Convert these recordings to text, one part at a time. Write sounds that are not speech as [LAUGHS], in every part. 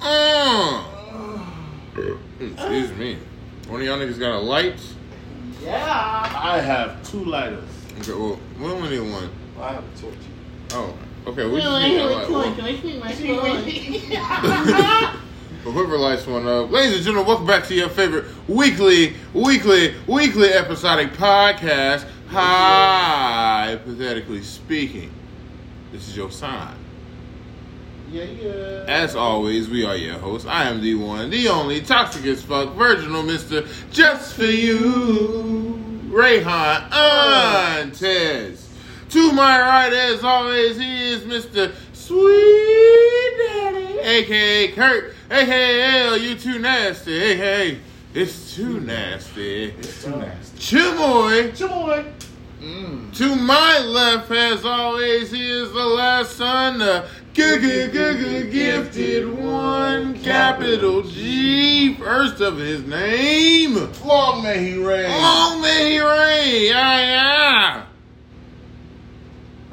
uh. Excuse me. One of y'all niggas got a light? [SIGHS] Yeah. I have two lighters. Okay, well, we only need one. I have [LAUGHS] a torch. Oh, okay, we No, just I need a hear light. it too. Well, Can I see my [LAUGHS] But whoever lights one up. Ladies and gentlemen, welcome back to your favorite weekly, weekly, weekly episodic podcast, Hypothetically Speaking. This is your sign. Yeah, yeah. As always, we are your hosts. I am the one, the only, toxic as fuck, virginal Mr. Just For You, Rayhan Antes. To my right, as always, he is Mr. Sweet Daddy, aka Kurt, aka L, you too nasty, aka it's too nasty. It's too nasty. Chimoy, Joy. Mm. to my left, as always, he is the last son, the gifted, gifted one, capital G, first of his name. Long may he reign. Ah. Long may he reign, yeah, yeah.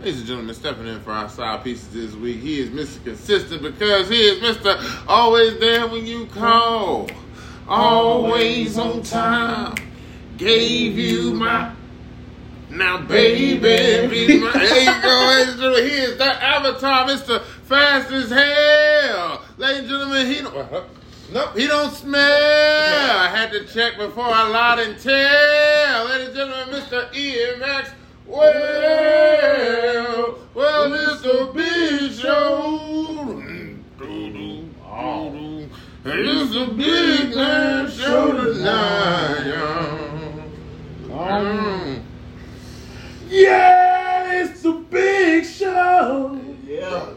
Ladies and gentlemen, stepping in for our side pieces this week, he is Mr. Consistent because he is Mr. Always There When You Call, Always On Time, Gave You My. Now, baby, be my angel. He is that avatar, Mr. Fast as Hell. Ladies and gentlemen, he don't. uh-huh. Nope, he don't smell. I had to check before I lied and tell. Ladies and gentlemen, Mr. Ian Max. Well, well, Mr. Big Show. Doo-doo, doo-doo. It's a big man show tonight. y'all. Mm. Yeah, it's the big show. Yeah.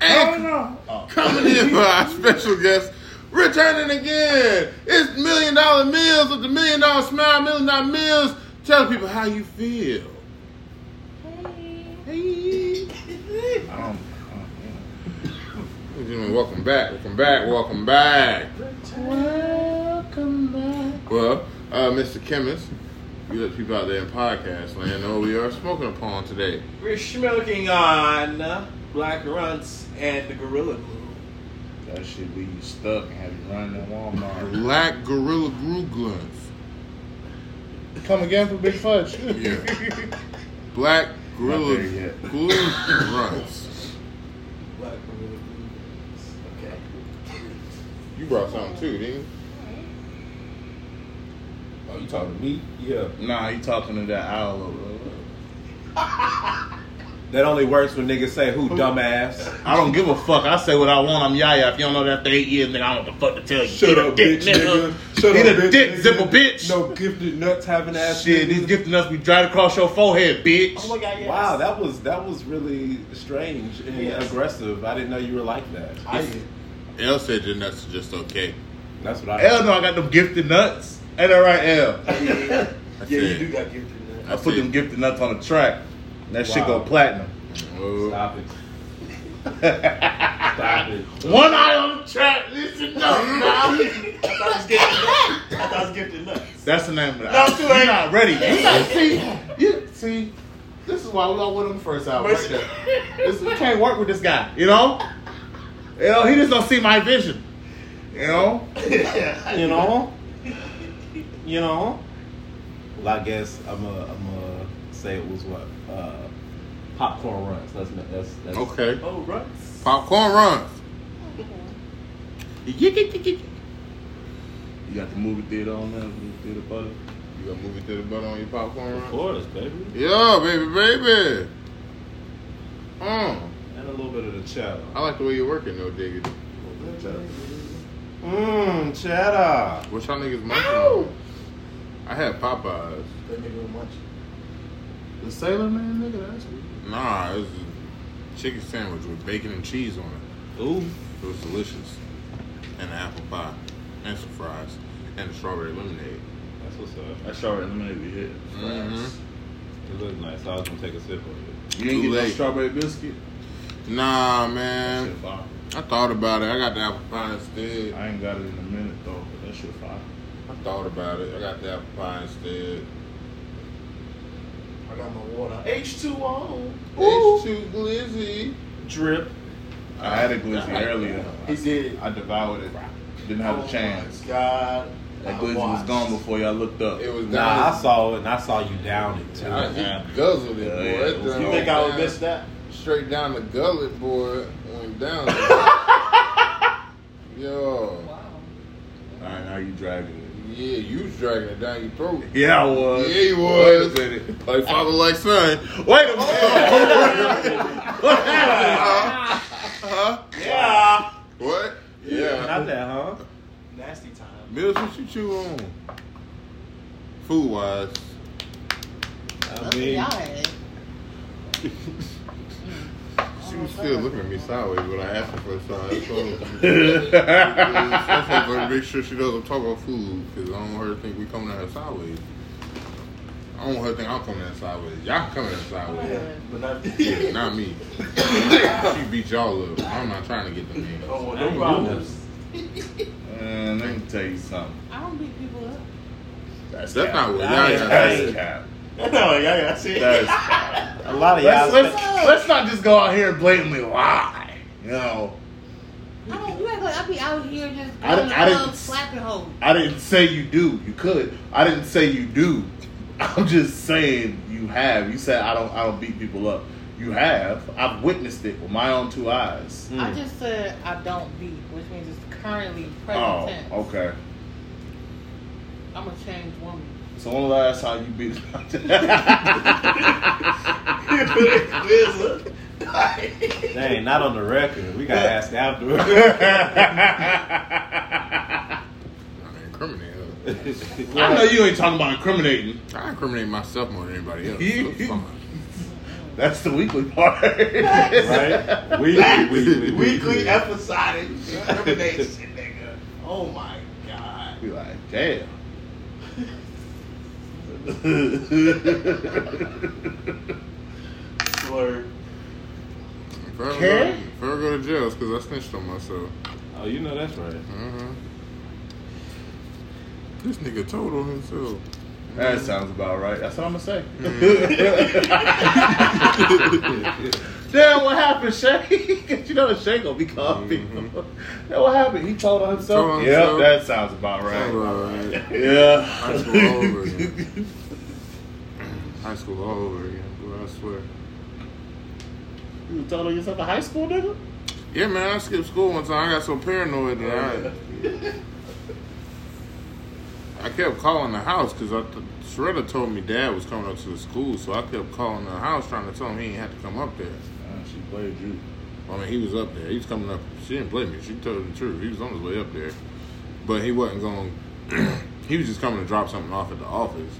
And no. Oh. coming in for our special guest, returning again. It's Million Dollar Meals with the Million Dollar Smile, Million Dollar Meals. Tell people how you feel. Hey. Um, Welcome back, welcome back, welcome back. Welcome back. Well, uh, Mr. Chemist, you let people out there in podcast land know we are smoking upon today. We're smoking on Black Runts and the Gorilla Glue. That shit leave you stuck and have you running at Walmart. Black Gorilla Glue [LAUGHS] Guns. Come again for Big Fudge. Yeah. Black Gorilla Not there yet. Glue Runs. Black Gorilla Glue. Okay. You brought something too, didn't you? Oh, you talking to me? Yeah. Nah, you talking to that owl over there. That only works when niggas say who dumbass. I don't give a fuck. I say what I want. I'm Yaya. If you don't know that after eight years, nigga, I don't know what the fuck to tell you. Eat a dick, Shut Eat up, a bitch, dick, nigga. zipper, bitch. No gifted nuts having ass. Shit, niggas. these gifted nuts be dried across your forehead, bitch. Oh my God, yes. Wow, that was that was really strange and Yes. aggressive. I didn't know you were like that. I did. L said your nuts are just okay. That's what I. [LAUGHS] L know I got them gifted nuts. Ain't that right, L? Yeah, yeah, yeah. That's yeah it. you do got gifted. I nuts. put them gifted nuts on a track. And that shit Wow. go platinum. Oh. [LAUGHS] Stop it. Stop it. One eye on the track, listen [LAUGHS] up. now. I thought it was gifted nuts. I thought it was gifted nuts. That's the name of that. No, I'm too You're late. not ready. You not- see, you see, this is why we all went on the first hour. Mercy. This, we can't work with this guy. You know? You know, he just don't see my vision. You know? You [LAUGHS] know? You know? Well, I guess I'm a, I'm a say it was what? Uh, popcorn runs. That's not, that's, that's Okay. Oh, Mm-hmm. runts. Popcorn runs. You You got the movie theater on there, movie theater butter. got movie theater butt on your popcorn Of runs? course, baby. Yeah, baby, baby. Mm. And a little bit of the cheddar. I like the way you're working though, Diggity. Mmm, cheddar. What y'all niggas munching on? I had Popeyes. That nigga was munching. The Sailor Man nigga, that's Nah, it was a chicken sandwich with bacon and cheese on it. Ooh. It was delicious. And an apple pie. And some fries. And a strawberry lemonade. That's what's up. That's strawberry lemonade we hit. Mm-hmm. It looked nice. I was gonna take a sip of You ain't Too get no late. strawberry biscuit? Nah, man. it. I thought about it. I got the apple pie instead. I ain't got it in a minute though, but that shit fire. I thought about it. I got the apple pie instead. I got my water. H2O. It's too glizzy. Drip. I had a glizzy earlier. He did. I devoured it. Didn't have Oh a chance. my God. That I glizzy was watched. gone before y'all looked up. It was Nah, down. I saw it and I saw you down it too. I, Yeah. he guzzled it, Yeah, boy. yeah. That You thing You think went I would down- miss that? Straight down the gullet, boy. Went [LAUGHS] down. Yo. Wow. All right, now you dragging it. Yeah, you was dragging it down your throat. Yeah, I was. Yeah, he was. Wait a minute. Like father, like son. [LAUGHS] Wait a minute. what happened? Huh? Huh? Yeah. What? Not Yeah. that, huh? Nasty time. Mills, what you chew on? Food wise. I Look at mean, y'all had. She was still looking at me sideways when I asked her for a side. So, I'm supposed to make sure she doesn't talk about food because I don't want her to think we coming at her sideways. I don't want her to think I'm coming at her sideways. Y'all coming at her sideways. Yeah. But [LAUGHS] not. Yeah, not me. she beat y'all up. I'm not trying to get them names. Oh, well, I no ain't do problems. Man, let me tell you something. I don't beat people up. That's, That's not cap. what That y'all is got. That's cap. [LAUGHS] No, yeah, yeah, I see. That's cap. [LAUGHS] a lot of y'all. Let's, let's, let's not just go out here and blatantly lie. You know, I don't. You act like I be out here just I going didn't- I to didn't- club slapping hoes. I didn't say you do. You could. I didn't say you do. [LAUGHS] I'm just saying you have. You said I don't. I don't beat people up. You have. I've witnessed it with my own two eyes. I just said I don't beat, which means it's currently present Oh, tense. okay. I'm a changed woman. So when the last time you beat? Glizzy. Dang, not on the record. We gotta [LAUGHS] ask afterwards. I incriminate her. I know you ain't talking about incriminating. I incriminate myself more than anybody else. It's fine. That's the weekly part. right? Weekly, weekly, Weekly [LAUGHS] episodic discrimination, nigga. Oh my god. Be like, damn. Slur. If I ever Care? go- if I ever go to jail, it's because I snitched on myself. Oh, you know that's right. hmm This nigga told on himself. that sounds about right. That's what I'm gonna say. Mm-hmm. Damn, what happened, Shay? [LAUGHS] 'Cause you know that Shay gonna be calling people. Damn, what happened? He told on himself. Mm-hmm. Told on yep, himself. that sounds about right. All right. Yeah. High school all over [LAUGHS] again. High school all over again, boy, I swear. you told on yourself in high school, nigga? Yeah, man, I skipped school one time. I got so paranoid [LAUGHS] that I, I kept calling the house because I th- Shredder told me Dad was coming up to the school, so I kept calling the house trying to tell him he ain't had to come up there. she played you. I mean, he was up there. He was coming up. She didn't blame me. She told the truth. He was on his way up there, but he wasn't going. [CLEARS THROAT] he was just coming to drop something off at the office.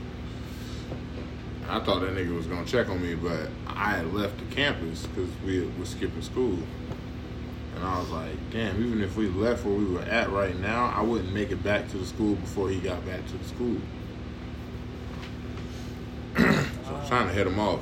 I thought that nigga was gonna check on me, but I had left the campus because we were skipping school, and I was like, "Damn! Even if we left where we were at right now, I wouldn't make it back to the school before he got back to the school." [CLEARS THROAT] so I'm trying to head him off.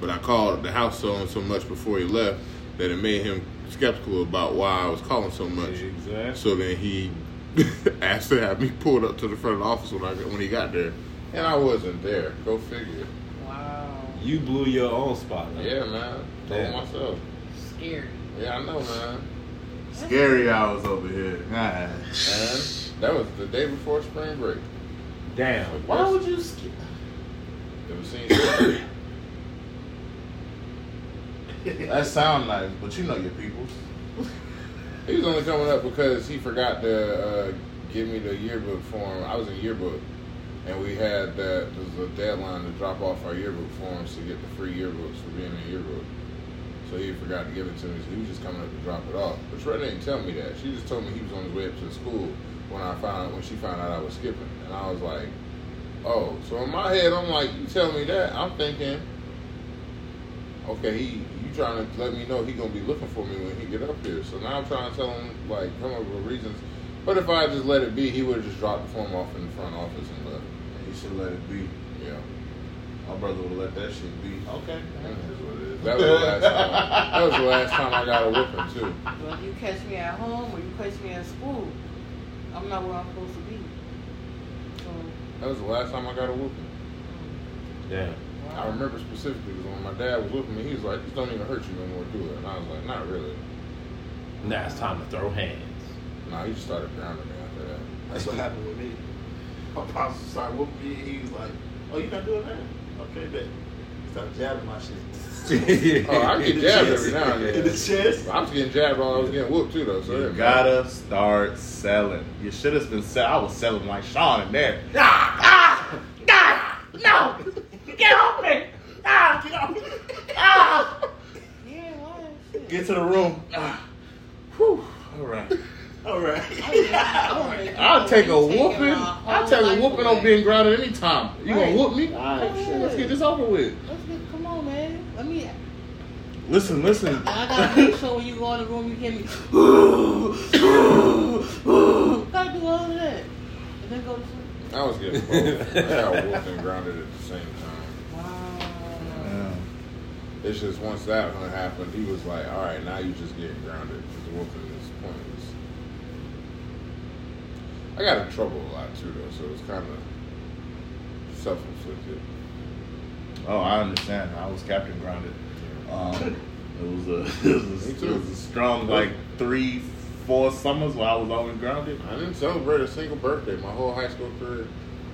But I called the house so and so much before he left that it made him skeptical about why I was calling so much. Exactly. So then he [LAUGHS] asked to have me pulled up to the front of the office when I got, when he got there, and I wasn't there. Go figure. Wow. You blew your own spot. Right? Yeah, man. Told Yeah. myself. Scary. Yeah, I know, man. Scary hours over here. Ah, Nah. And that was the day before spring break. Damn. Why would you skip? Never seen it. That sound nice, but you know your peoples. He was only coming up because he forgot to uh, give me the yearbook form. I was in yearbook, and we had that. There's a deadline to drop off our yearbook forms to get the free yearbooks for being in yearbook. So he forgot to give it to me. So he was just coming up to drop it off. But Shredda didn't tell me that. She just told me he was on his way up to the school when I found when she found out I was skipping, and I was like, oh. So in my head, I'm like, you tell me that. I'm thinking, okay, he you trying to let me know he gonna be looking for me when he get up here. So now I'm trying to tell him like come up with reasons. But if I just let it be, he would have just dropped the form off in the front office and left. You should let it be. Yeah, My brother would have let that shit be. Okay. that is what it is. That was the last time. That was the last time [LAUGHS] I got a whipping too. Well, if you catch me at home or you catch me at school, I'm not where I'm supposed to be. So, That was the last time I got a whooping. Damn. I wow. remember specifically because when my dad was whooping me, he was like, "This don't even hurt you no more, do it." And I was like, "Not really." Now it's time to throw hands. Nah, you started grounding me after that. That's what happened with me. My pops started whooping me, and he was like, "Oh, you not doing that? Okay, bet." He started jabbing my [LAUGHS] shit. Oh, I get In the jabbed chest. every now and In the then. chest. I was getting jabbed while I was getting whooped too, though. So You yeah. gotta start selling. You should have been selling. I was selling like Sean in there. Yeah, why? Get to the room. Ah, whew, all [LAUGHS] right. All [LAUGHS] right. [LAUGHS] I'll take a whooping. I'll take a whooping on being grounded anytime. You gonna Right. whoop me? All right, sure. Let's get this over with. Let's get, come on, man. Let me. Listen, listen. I [LAUGHS] gotta make sure when you go in the room, you hear me. gotta do all of that. And then go to sleep. I was getting both. I got whooped and grounded at the same time. Wow. Yeah. It's just once that one happened, he was like, "All right, now you just getting grounded because the whooping is pointless." I got in trouble a lot too, though, so it's kind of self-inflicted. Oh, I understand. I was captain grounded. Um, it was a [LAUGHS] it was a, Me too. it was a strong like three, four summers where I was always grounded. Uh, I didn't celebrate a single birthday my whole high school career.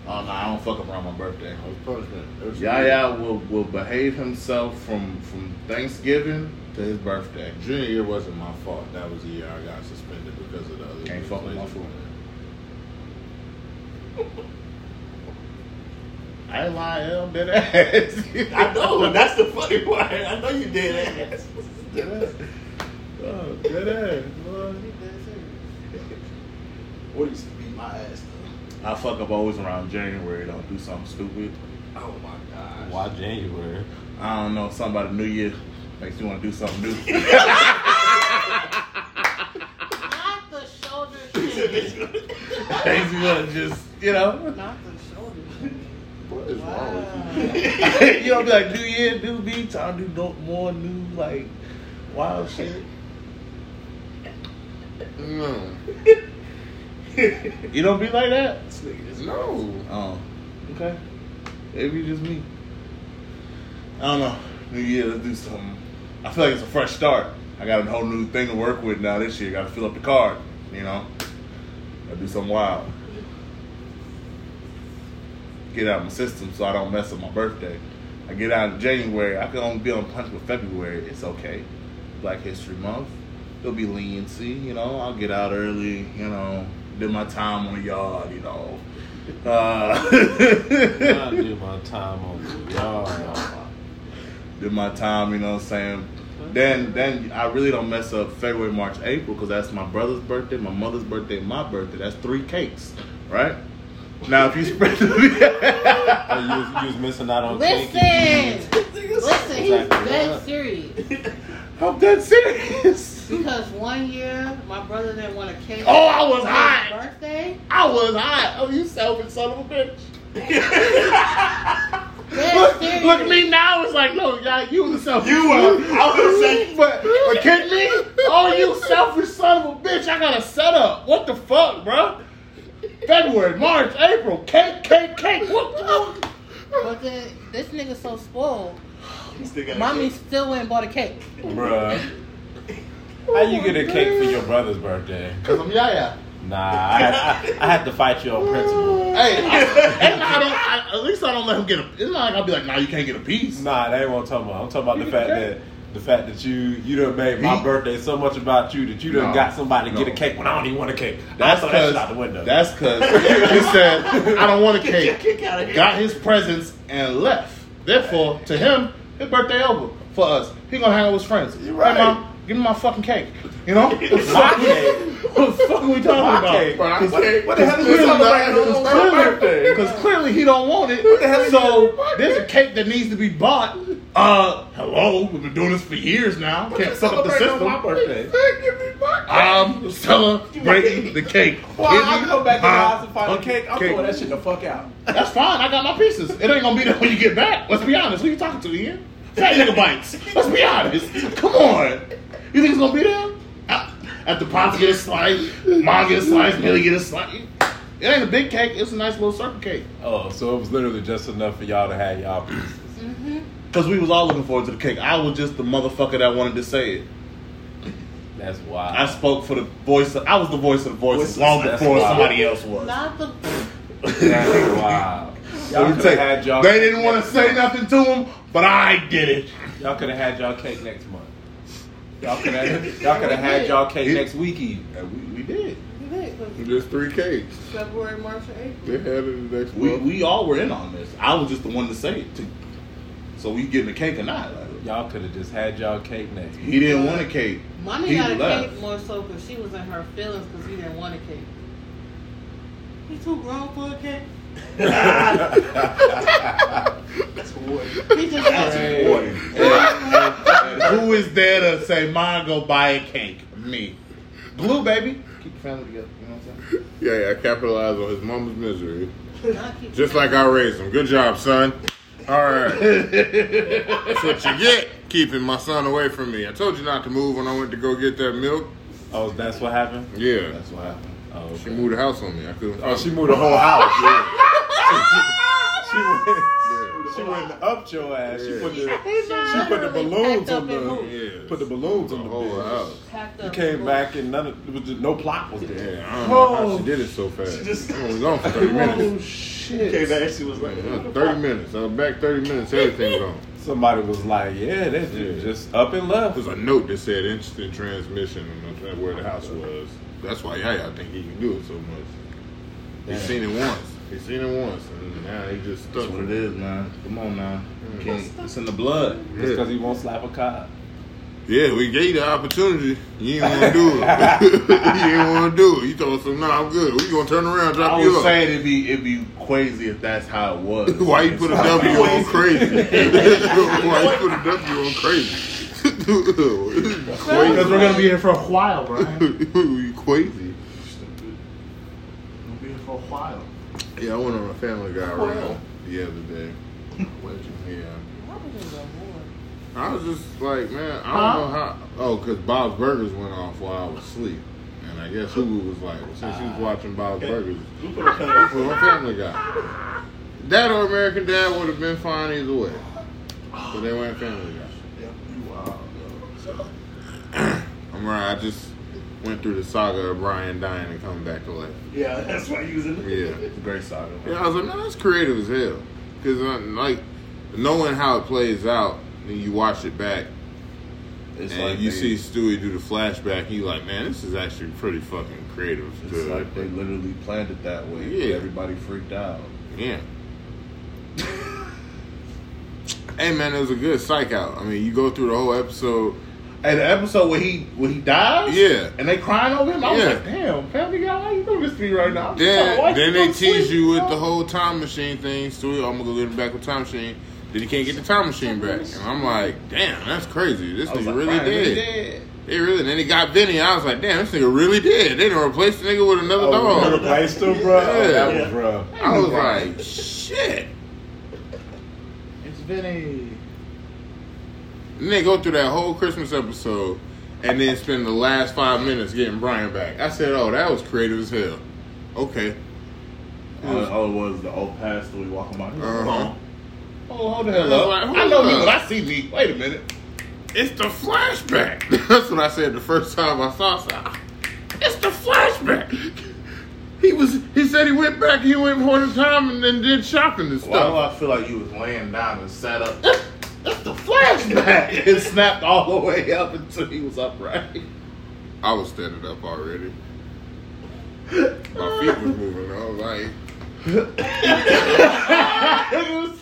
Oh no, I don't fuck around my birthday. I was punishment. It was- Yaya will will behave himself from from Thanksgiving to his birthday. Junior year wasn't my fault. That was the year I got suspended because of the other. Can't dudes fuck with my lazy food. playing. I lie, I'm dead ass. I know. That's the funny part. I know you did ass. [LAUGHS] Dead ass. Oh, dead ass. boy. What used to beat my ass though? I fuck up always around January. Don't do something stupid. Oh my gosh. Why January? I don't know. Something about the new year makes you want to do something new. [LAUGHS] Not the shoulder shit. Things you want to just, you know. [LAUGHS] Not the shoulder shit. What is wrong with you? Wow. you know, be like, do yeah, do be, time to do no, more new, like, wild shit. No, You don't be like that? This nigga is no. Oh, okay. Maybe just me. I don't know. New year, let's do something. I feel like it's a fresh start. I got a whole new thing to work with now this year. Got to fill up the card, you know? I do something wild. Get out of my system so I don't mess up my birthday. I get out in January. I can only be on punch with February. It's okay. Black History Month. There'll be leniency, you know. I'll get out early, you know. Do my time on the yard, you know. [LAUGHS] I Uh, do my time on the yard. do my time, you know what I'm saying? Then, then I really don't mess up February, March, April because that's my brother's birthday, my mother's birthday, my birthday. That's three cakes, right? Now, if you spread [LAUGHS] the Oh, you, was, you was missing out on cake. [LAUGHS] Listen, listen, he's Exactly. dead serious. I'm dead serious. Because one year, my brother didn't want to cake. Oh, I was for his hot. Birthday. [LAUGHS] I was hot. Oh, you selfish son of a bitch. Dead Look, serious. look at me now. It's like, no, yeah, you the selfish. You were- I was gonna say- [LAUGHS] but, but kidding me? Oh, you selfish son of a bitch! I got a setup. What the fuck, bro? February, March, April, cake, cake, cake. What? The fuck? But then, this nigga so spoiled. [LAUGHS] You still got a Mommy cake. still went and bought a cake. Bruh. How you get a cake for your brother's birthday? Cause I'm Yaya. Nah, I had, I, I had to fight you on principle. Hey, I, and I don't. I, at least I don't let him get a. It's not like I'll be like, nah, you can't get a piece. Nah, that ain't what I'm talking about. I'm talking about the fact that the fact that you you done made my He- birthday so much about you that you done No, got somebody to get no. a cake when I don't even want a cake. I That's throw that because shit out the window. that's because he said I don't [LAUGHS] want a Get your cake. kick out of here. got his presents and left. Therefore, to him, his birthday over. For us, he gonna hang out with his friends. You're right. Hey, Mom, give me my fucking cake. You [LAUGHS] know, what the my fuck, cake. [LAUGHS] what the fuck are we talking about? But [LAUGHS] I What- what the hell is Cause we clearly- celebrating on cause my clearly- birthday? Because clearly he don't want it. the hell is so there's a cake that needs to be bought. Uh, hello, we've been doing this for years now. Can't suck up the Celebrating system. on my birthday. I'm celebrating the cake. Why Give I me go back to the my house and find a fucking cake? I'm throwing that shit the fuck out. That's fine. I got my pieces. It ain't gonna be there when you get back. Let's be honest. Who you talking to, Ian? Fat nigga bites. Let's be honest. Come on. You think it's gonna be there? Uh, After pops get a slice, mom get a slice, Millie get a slice. It ain't a big cake. It's a nice little circle cake. Oh, so it was literally just enough for y'all to have y'all pieces. Cause we was all looking forward to the cake. I was just the motherfucker that wanted to say it. That's wild. I spoke for the voice. Of, I was the voice of the voices Voices, long that's before wild. somebody else was. Not the. That's wild. Y'all Let me could've tell you, had y'all- they didn't want to say nothing to him, but I did it. Y'all could have had y'all cake next month. Y'all could have y'all could have had y'all cake next week even. And we, we did. You did, 'cause Just three cakes. February, March, and April. They had it the next We, month. we all were in on this. I was just the one to say it to. So we getting a cake or not? Like, Y'all could have just had y'all cake next. week. he didn't want a cake. Mommy He got a left. cake more so because she was in her feelings because he didn't want a cake. He too grown for a cake. That's what. He just asked Hey, me. Who is there to say, "Mom, go buy a cake"? Me. Glue, baby. Keep the family together. You know what I'm saying? Yeah, yeah, capitalized on his mama's misery. I keep- Just like I raised him. Good job, son. All right. That's what you get, keeping my son away from me. I told you not to move when I went to go get that milk. Oh, that's what happened? Yeah. That's what happened. Oh, okay. She moved the house on me. I couldn't. Oh, she moved the whole house. Yeah. Yeah. [LAUGHS] she went, she went up your ass. She put the He she put the literally balloons packed up and on the moved. Yeah. put the balloons on the whole whole house. Packed You up came and back and none of it was just, no plot was there. Yeah, I don't know how she did it so fast. just- I was on for [LAUGHS] 30 minutes. Okay, shit. that she was like, Yeah, 30 minutes. I was back 30 minutes. Everything was on. Somebody was like, "Yeah, that dude Yeah. just up and left." There's a note that said instant transmission on where the house was. That's why Yaya think he can do it so much. He Yeah. seen it once. He seen it once, and now he just That's stuck what it with it. is, man. Come on, now. You can't- Mm. It's in the blood. Just because he won't slap a cop. Yeah, we gave you the opportunity. You didn't want to [LAUGHS] do it. [LAUGHS] you didn't want to do it. You told us, "Nah, I'm good. We gonna turn around, drop I you was up." saying it'd be it'd be crazy if that's how it [LAUGHS] was. [LAUGHS] Why you put a W on crazy? [LAUGHS] Why you put a W on [LAUGHS] crazy? [LAUGHS] Because we're gonna be here for a while, bro. you crazy. We'll be here for a [LAUGHS] while. Yeah, I went on a Family Guy run the other day. Yeah. How did it go more? I was just like, man, I Huh? don't know how. Oh, because Bob's Burgers went off while I was asleep. And I guess Hulu was like, well, since he was watching Bob's Burgers, Who put a we pen- put on Family Guy. That or American Dad would have been fine either way. But they went Family Guy. Yeah, you wild, yo. I'm right. I just went through the saga of Brian dying and coming back to life. Yeah, that's why you was in Yeah. It's a great saga. man. Yeah, I was like, man, that's creative as hell. Because, like, knowing how it plays out, and you watch it back, It's and like you see they, Stewie do the flashback, you like, man, this is actually pretty fucking creative. It's to- like they literally planned it that way. Yeah. Everybody freaked out. yeah. hey man, it was a good psych out. I mean, you go through the whole episode. And the episode where he where he dies, Yeah. and they crying over him. I was Yeah. like, damn, Family Guy, why you doing this to me right now? I'm trying to Then, watch then it, they I'm asleep, tease you with bro. the whole time machine thing. Stewie, I'm gonna go get him back with time machine. Then he can't get the time machine back, and I'm like, damn, that's crazy. This I was nigga like, really Brian did. They really. Then he got Vinny. I was like, damn, this nigga really did. They done replaced the nigga with another Oh, dog. you replaced him, bro. Oh, that Yeah. was rough. I was like, shit. It's Vinny. And they go through that whole Christmas episode and then spend the last five minutes getting Brian back. I said, oh, that was creative as hell. Okay. All, all Oh, it was the old pastor we walking by. He's like, Uh-huh. "Huh?" Oh, hold the hell I was up! like, I know hold me up. when I see me. Wait a minute. It's the flashback. [LAUGHS] That's what I said the first time I saw it. It's the flashback. He was. He said he went back. He went for the time and then did shopping and Why do stuff. I feel like you was laying down and sat up? That's the flashback. [LAUGHS] It snapped all the way up until he was upright. [LAUGHS] I was standing up already. My feet was moving. I was like, It was.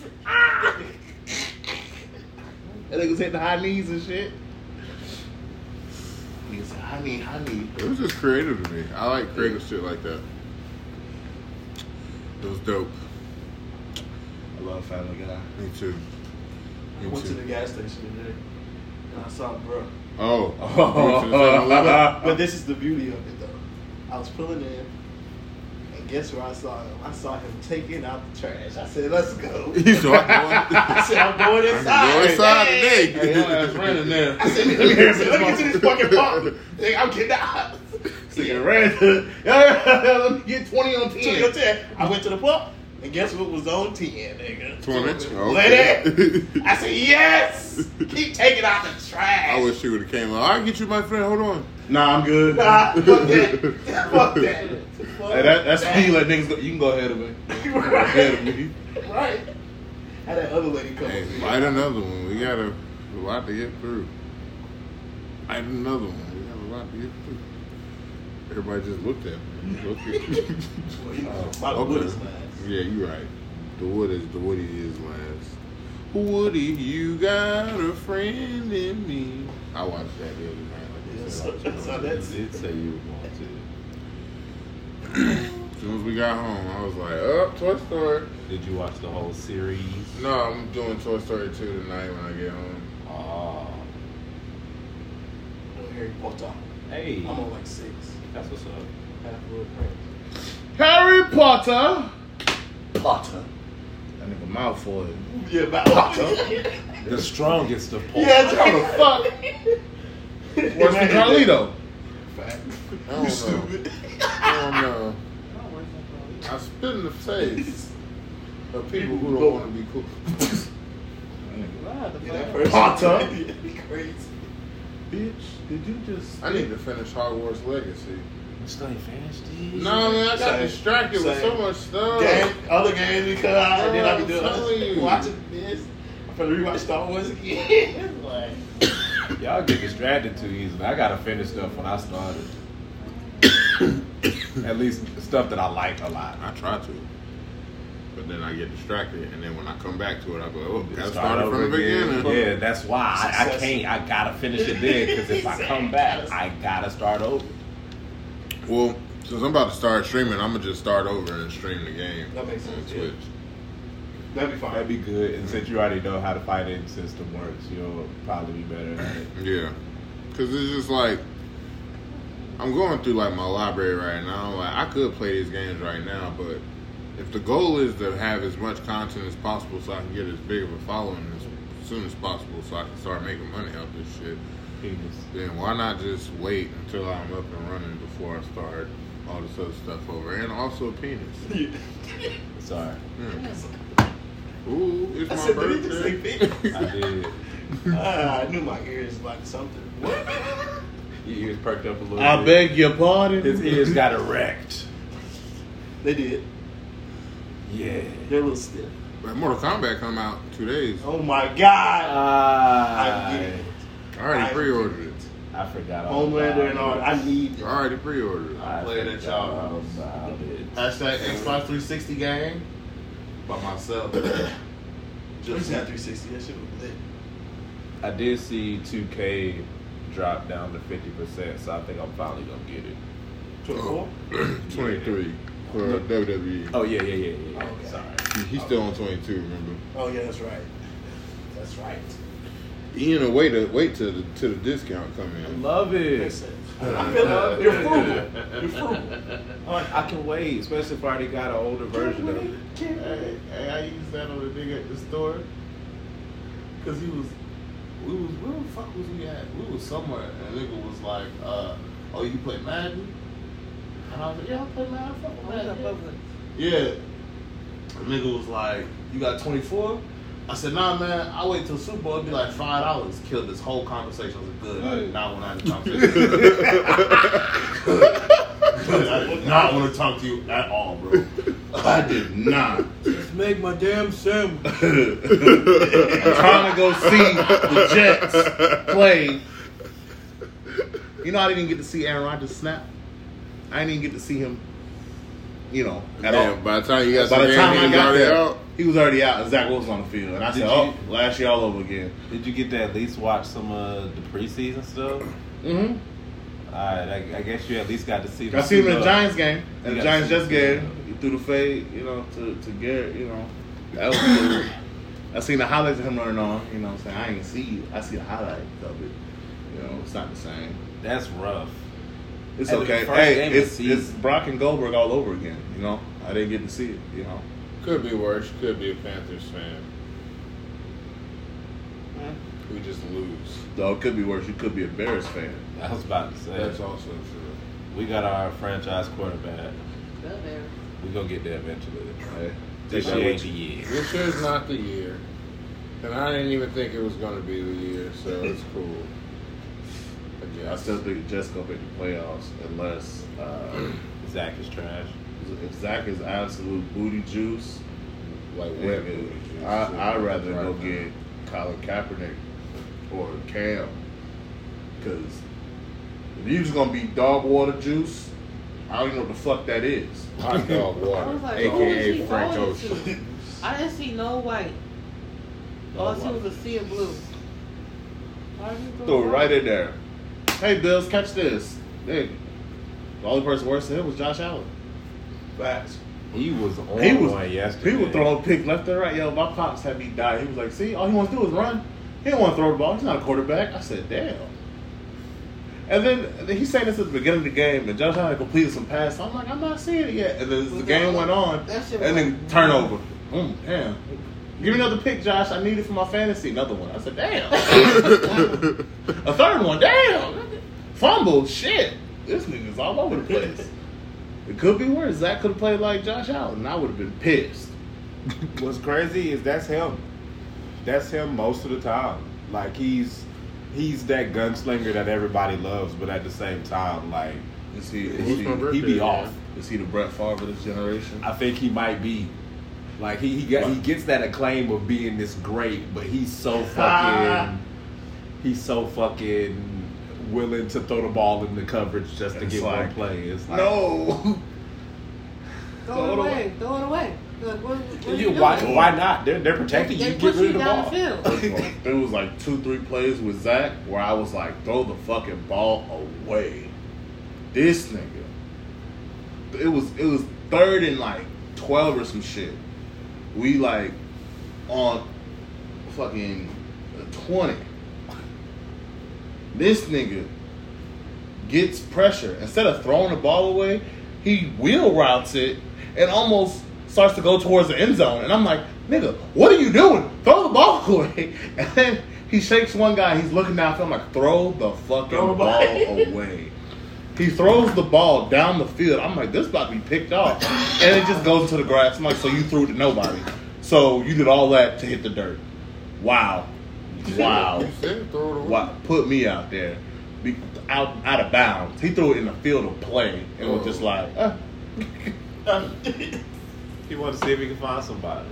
That nigga was hitting high knees and shit. Nigga said, honey, honey. it was just creative to me. I like creative shit like that. It was dope. I love Family Guy. Me too. I Me went to the too. gas station today, and I saw bro. [LAUGHS] Oh. But, but this is the beauty of it, though. I was pulling in, and guess where I saw him? I saw him taking out the trash. I said, "Let's go." He's so I'm going, [LAUGHS] I said, "I'm going I'm inside." going inside today. Hey, your ass ran [LAUGHS] in there. I said, "Let me get to- let me get to this [LAUGHS] fucking bar. Nigga, I'm getting [LAUGHS] out." Nigga ran. Let me get 20 on Took your 10. ten. I went to the pump. Nigga, And guess what was on 10, nigga? 20. Let [LAUGHS] it. I Okay. said, yes! Keep taking out the trash. I wish she would have came out. I'll get you, my friend. Hold on. Nah, I'm good. Nah, fuck that. fuck that. Fuck Hey, that, that's when that. you let niggas go. You can go ahead of me. Ahead [LAUGHS] right. of me. right. How that other lady come Hey, over here. light another one. We got a lot to get through. Light another one. We got a lot to get through. Everybody just looked at me. [LAUGHS] Okay. Well, you know, my wood is last. [LAUGHS] Yeah, you're right. The wood is the woody is last. Woody, you got a friend in me. I watched that the other night. Like I Yeah, said, I so, was so that's it. did say you were going to. As soon as we got home, I was like, "Up, oh, Toy Story." Did you watch the whole series? No, I'm doing Toy Story two tonight when I get home. Oh, No Harry Potter. hey, I'm on like six. that's what's up. Half Blood Prince. Harry Potter. Potter. That nigga mouthful. is- Yeah, about [LAUGHS] Potter. The strongest of Paul. yeah, that's How the fuck? Worse than Carlito. [LAUGHS] Fact. I don't You know. stupid. I [LAUGHS] don't know. Don't worry about it. I spit in the face of people who don't want to be cool. Wow, the Yeah, that fuck? person. [LAUGHS] Potter. Crazy. Bitch, did you just? I need to finish Hogwarts Legacy. Still ain't finished, dude. No, man, I got Same. distracted with so Same. much stuff. Game, other games because I, and then I be I'm telling doing you. watching this. I'm finna rewatch Star Wars again. [LAUGHS] like, Y'all get distracted too easily. I gotta finish stuff when I started. At least stuff that I like a lot. I try to. But then I get distracted, and then when I come back to it, I go, oh, Start gotta start it over from the again. beginning. Yeah, that's why I, I Success. can't. I gotta finish it then because if I come back, I gotta start over. Well, since I'm about to start streaming, I'm gonna just start over and stream the game That makes on sense, yeah. Twitch. that'd be That'd fine. be good. And since you already know how the fighting system works, you'll probably be better at it. Yeah, because it's just like I'm going through like my library right now. Like I could play these games right now, but if the goal is to have as much content as possible, so I can get as big of a following as soon as possible, so I can start making money out this shit. Penis. then why not just wait until I'm up and running before I start all this other stuff over? And also penis. Sorry, Hmm. Ooh, it's I my said, did he just say birthday. I did. Ah, I knew my ears like something. What? Your ears perked up a little. I bit. beg your pardon. his ears got erect. They did. Yeah. They're a little stiff. But Mortal Kombat come out in two days. Oh my god. I get I, it. I already I- pre-ordered it. I forgot. all Homelander about and all. it. I need I it. already pre-ordered it. I Play it at forgot y'all all house. about it. Hashtag Xbox 360 game by myself. Just Just had 360. That shit was lit. I did see 2K drop down to 50%, so I think I'm finally gonna get it. 24? [CLEARS THROAT] 23 for Look. WWE. Oh yeah, yeah, yeah, yeah. yeah. Okay. Sorry. He- He's still on 22, remember? Oh yeah, that's right. That's right. You know, wait to wait till the, till the discount come I [LAUGHS] in. love Makes it. sense. I feel it. You're frugal. You're frugal. Like, I can wait, especially if I already got an older version of it. Hey, hey, I used that on a nigga at the store. Cause he was, we was, where the fuck was we at? We was somewhere, and nigga was like, uh, "Oh, you play Madden?" And I was like, "Yeah, I play Madden. I fuck with Why is that Madden." yeah." public? Yeah. The nigga was like, You got 24? I said, Nah, man, I'll wait till Super Bowl. It'd be like $5. Killed this whole conversation. I was like, Good. I did not want to have this conversation. [LAUGHS] [LAUGHS] Good. I did not want to talk to you at all, bro. I did not. Just make my damn sandwich. trying to go see the Jets play. You know, I didn't even get to see Aaron Rodgers snap. I didn't even get to see him. You know, at all. Damn, by the time you got By some the time I game, he was got already there, out. he was already out. and Zach Wilson on the field, and I Did said, you- "Oh, last year all over again." Did you get to at least watch some of the preseason stuff? Mm-hmm. Alright, I, I guess you at least got to see I see him in the up. Giants game, You and the Giants gotta see just him. game. He threw the fade, you know, to to Garrett, you know. That [COUGHS] was cool. I seen the highlights of him running on. You know, what I'm saying I ain't see you. I see the highlights of it. You know, it's not the same. That's rough. It's And the okay. first Hey, game of it's, the season. it's Brock and Goldberg all over again. You know, I didn't get to see it. You know, Could be worse. Could be a Panthers fan. Huh? We just lose. though it could be worse. You could be a Bears fan. I was about to say. That's also true. We got our franchise quarterback. That there. We gonna get there eventually. Hey, This Take year that ain't with the you. year. This year's not the year. And I didn't even think it was going to be the year, so it's cool. But yeah, I still think Jets gonna make the playoffs unless [CLEARS THROAT] uh, Zach is trash. if Zach is absolute booty juice. like and- wet booty juice. I I'd rather go Right. get Colin Kaepernick or Cam because if you just gonna be dog water juice, I don't even know what the fuck that is. hot [LAUGHS] dog I water, was like, who is aka he Frank going Ocean. [LAUGHS] to? I didn't see no white. All I see was a sea of blue. Why are you throwing Threw it right white? in there. Hey Bills, catch this. Hey, the only person worse than him was Josh Allen. Facts. He was on He was- one yesterday. People throwing picks left and right. Yo, my pops had me die. He was like, see, all he wants to do is run. He don't want to throw the ball. He's not a quarterback. I said, damn. And then he said this at the beginning of the game, and Josh Allen completed some passes. I'm like, I'm not seeing it yet. And then as the game went on, That shit and was- then turnover. Mm, damn. Give me another pick, Josh. I need it for my fantasy. Another one. I said, damn. oh, a third one. Damn. Fumble. Shit. This nigga's all over the place. It could be worse. Zach could have played like Josh Allen, and I would have been pissed. What's crazy is that's him. That's him most of the time. Like he's he's that gunslinger that everybody loves, but at the same time, like Is he? Who's Is my he, bro- he be off. is he the Brett Favre of this generation? I think he might be. Like he he, got, he gets that acclaim of being this great, but he's [LAUGHS] so fucking he's so fucking willing to throw the ball in the coverage just to It's get one like, play. It's like No. Throw it away. Throw it away. Like, what, what are You- you why doing? why not? They're they're They, protecting you. they Get push rid you of the down ball. the field. it was like two, three plays with Zach where I was like, throw the fucking ball away. This nigga. It was it was third and like twelve or some shit. We like on fucking twenty. This nigga gets pressure. Instead of throwing the ball away, he wheel routes it and almost starts to go towards the end zone. And I'm like, nigga, what are you doing? Throw the ball [LAUGHS] away. And then he shakes one guy. He's looking downfield. I'm like, throw the fucking Throw the ball ball." [LAUGHS] away. He throws the ball down the field. I'm like, this about to be picked off. And it just goes into the grass. I'm like, so you threw it to nobody. So you did all that to hit the dirt. Wow. [LAUGHS] Wow. You said throw it away. What put me out there, be, out out of bounds. He threw it in the field of play and was Oh. just like, uh, [LAUGHS] He wanted to see if he could find somebody.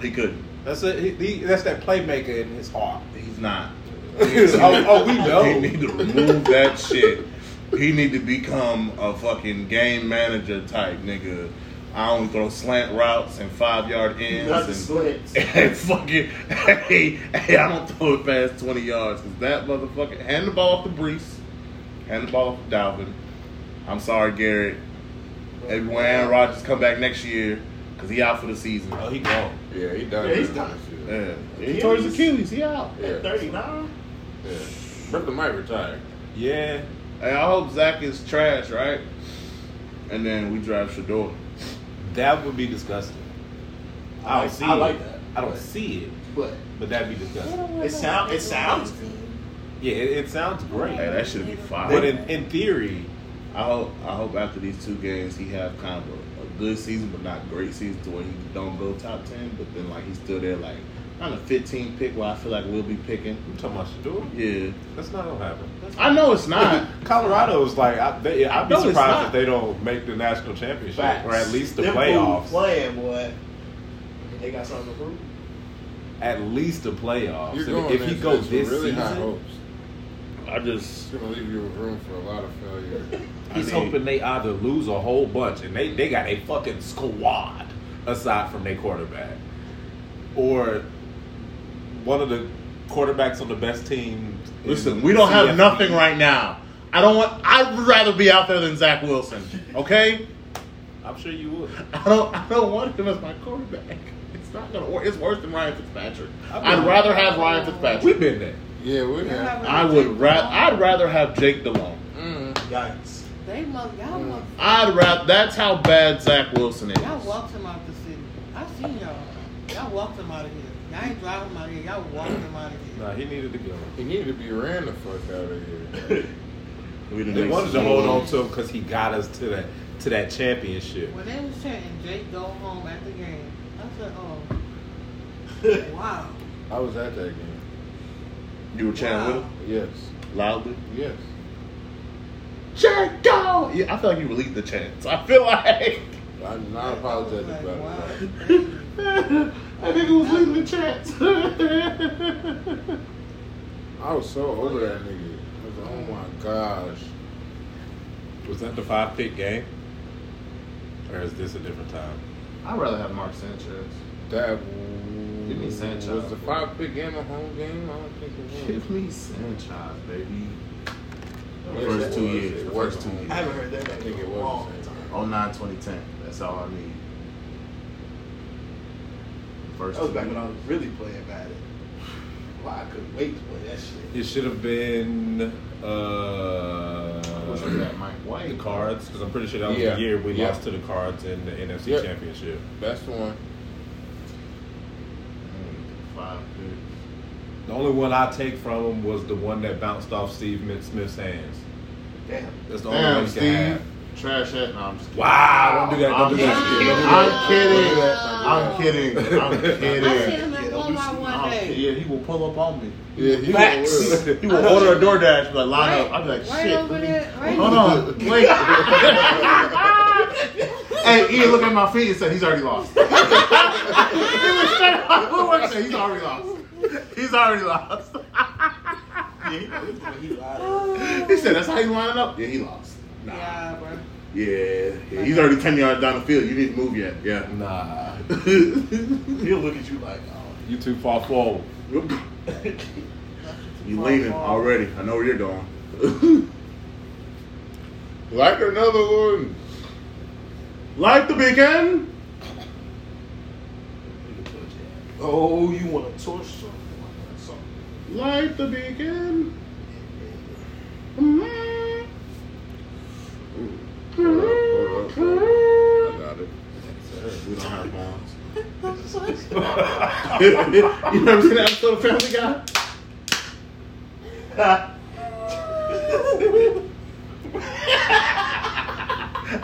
he couldn't. That's it. He, he, that's that playmaker in his heart. He's not. [LAUGHS] oh, oh, we He know. need to remove that shit. He need to become a fucking game manager type nigga. I only throw slant routes and five yard ends. Not the and- slits. And [LAUGHS] fucking, hey, hey, I don't throw it past 20 yards because that motherfucker. Hand the ball off to Brees. Hand the ball off to Dalvin. I'm sorry, Garrett. Maybe when Aaron Rodgers come back next year because he out for the season. Oh, he gone. Yeah, he done. Yeah, he's that done. shit. Yeah. He tore his Achilles. He out. At 39? Yeah. Brooklyn might retire. Yeah. Hey, I hope Zach is trash, right? And then we drive Shador. That would be disgusting. I don't like- see I it. like that. I don't see it, But but that'd be disgusting. It sound- it sounds good. Yeah, it, it sounds great. Hey, that should be fire. But in, in theory, I hope I hope after these two games he have kind of a, a good season, but not great season to where he don't go top ten. But then like he's still there, like on a 15 pick where I feel like we'll be picking. I'm talking about Shador. Yeah, That's not gonna happen. I know it's not. [LAUGHS] Colorado's like I, they, I'd be No, it's not. surprised if they don't make the national championship facts. or at least the Them fools playoffs. Playing boy. They got something to prove. At least the playoffs. You're And going Oh, if he into goes with this really high season, hopes. I just It's gonna leave you with room for a lot of failure. [LAUGHS] he's I mean- hoping they either lose a whole bunch and they they got a fucking squad aside from their quarterback, or one of the quarterbacks on the best team. in listen. We don't have CFP. nothing right now. I don't want. I'd rather be out there than Zach Wilson. Okay, I'm sure you would. I don't. I don't want him as my quarterback. It's not gonna work. It's worse than Ryan Fitzpatrick. I I'd mean- rather have Ryan Fitzpatrick. We've been there. Yeah, we have. I would. Ra- I'd rather have Jake DeLong. Mm. Yikes. They mother, y'all mother, I'd rap. That's how bad Zach Wilson is. y'all walked him out the city. I seen y'all. Y'all walked him out of here. Y'all ain't driving him out of here. Y'all walked him out of here. Nah, he needed to go. He needed to be ran the fuck out of here. We the They next- wanted to hold on to him because he got us to that to that championship. When they was chanting Jake go home at the game, I said, oh, wow. I was at that game. You were chanting Wow. with Yes. him loudly. Yes. Chant go! Yeah, I feel like you were leading the chants. I feel like [LAUGHS] I'm not apologetic I was about like, it. wow. no. I think it was leading the chants. I was so over that nigga. I was like, oh my gosh. Was that the five pick game? Or is this a different time? I'd rather have Mark Sanchez. That Give me Sanchez. was the five pick game a home game. I don't think it was. [LAUGHS] Give me Sanchez, baby. [LAUGHS] The Yes, it first two was. years. It The was first two the home years. I haven't heard that. I think it in a was long the same. time. 09, 2010. That's all I need. The first That was two back years. when I was really playing Madden. Well, I couldn't wait to play that shit. It should have been uh, Wish we had Mike the White. Cards, because I'm pretty sure that was Yeah. the year we Yeah. lost to the Cards in the NFC Yeah. Championship. That's the one. Mm, Five picks. The only one I take from him was the one that bounced off Steve Smith- Smith's hands. Damn. That's the only one Damn, he can Steve. have. Trash hat. No, I'm just kidding. Wow! Don't do that. Don't I'm do that. I'm kidding. Wow. I'm kidding. I'm [LAUGHS] I kidding. see him at Walmart one I'm kidding. day. Yeah, he will pull up on me. Yeah, he Facts. was. [LAUGHS] He will order a DoorDash, but line Right- up. I'll be like, right shit. over let me- there, right- Hold on. Wait. [LAUGHS] [LAUGHS] hey, Ian, look at my feet and said, he's already lost. he was straight up. What works He's already lost. He's already lost. Yeah, he was when he lied. he said that's how you line it up. Yeah, he lost. Nah. Yeah, Yeah, bro. yeah, he's already ten yards down the field. You didn't move yet. Yeah. Nah, He'll look at you like, oh, you too far forward. you leaning already. I know where you're going. Like another one. Like the beacon. oh, you want to torch something? Light the beacon. Mm-hmm. [LAUGHS] Hold up, hold Mm-hmm. up. I [LAUGHS] got it. We don't have phones. That's you never seen that episode of Family Guy? [LAUGHS]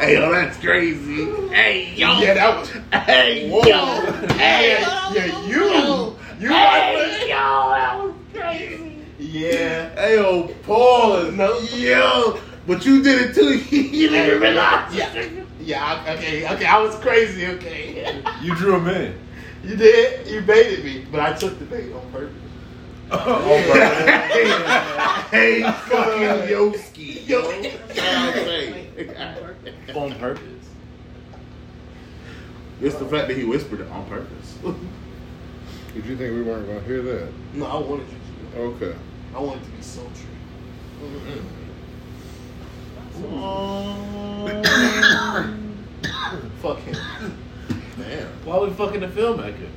hey, yo, that's crazy. Hey, yo. Yeah, that was. Hey, Whoa. yo. Hey, yeah, you. You hey, yo, that was crazy. Yeah. Hey, yo, pause. No. Yo. But you did it too. [LAUGHS] you didn't realize. [LAUGHS] Yeah. Yeah, I- okay, okay, I was crazy, okay. You drew him in. you did, you baited me, but I took the bait on [LAUGHS] purpose. [LAUGHS] hey, fucking Yoski. Yo. On purpose. It's the fact that he whispered it on purpose. Did you think we weren't gonna hear that? No, I wanted you to. Okay. I wanted to be sultry. Fuck him. Damn. Why we fucking the filmmaker?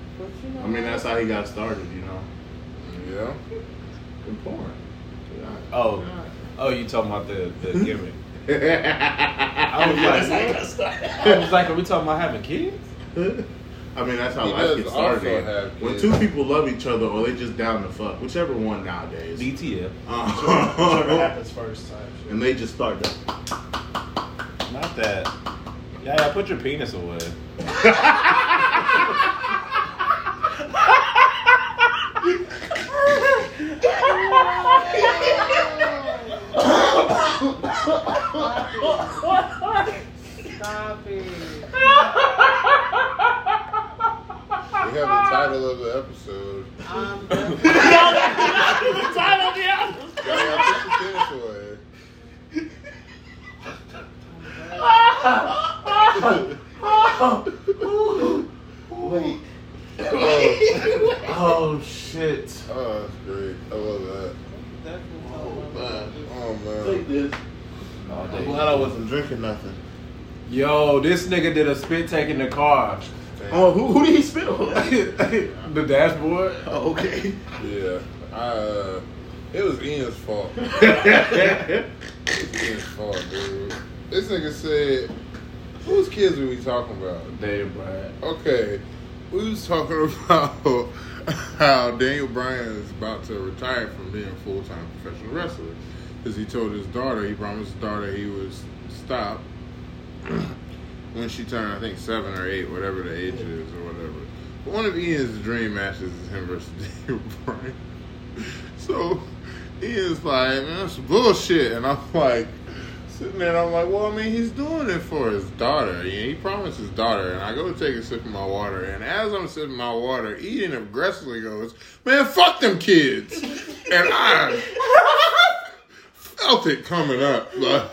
I [LAUGHS] mean, that's how he got started, you know. [COUGHS] Yeah. In porn. Oh, oh, you talking about the, the gimmick? I was That's how like, I [LAUGHS] got started. I was like, are we talking about having kids? I mean, that's how He life does gets also started. have When kids. two people love each other or they just down to fuck, whichever one [LAUGHS] nowadays. DTF. Whatever Uh, happens first time. and they just start that. [LAUGHS] Not that. Yeah, yeah, put your penis away. Oh, Stop it. We have the title of the episode. I'm done. Y'all gotta put your penis away. Wait. Oh, shit. Oh, that's great. I love that. That's what Oh, I'm man. talking Oh Take man. this. All I'm day. glad I wasn't drinking nothing. Yo, this nigga did a spit take in the car. Oh, who, who did he spit [LAUGHS] on? [LAUGHS] the [LAUGHS] dashboard. Oh, okay. Yeah. I, uh, it was [LAUGHS] Ian's fault. It was Ian's fault, dude. This nigga said, "Whose kids were we talking about?" Damn, Brad. Okay, we was talking [LAUGHS] about how Daniel Bryan is about to retire from being a full time professional wrestler because he told his daughter he promised his daughter he would stop [CLEARS THROAT] when she turned, I think seven or eight, whatever the age is or whatever. But one of Ian's dream matches is him versus [LAUGHS] Daniel Bryan. [LAUGHS] So Ian's like, man, that's bullshit, and I'm like. Sitting there, and I'm like, well, I mean, he's doing it for his daughter. Yeah, he promised his daughter. And I go take a sip of my water, and as I'm sipping my water, Ian aggressively goes, "Man, fuck them kids," and I felt it coming up. Like,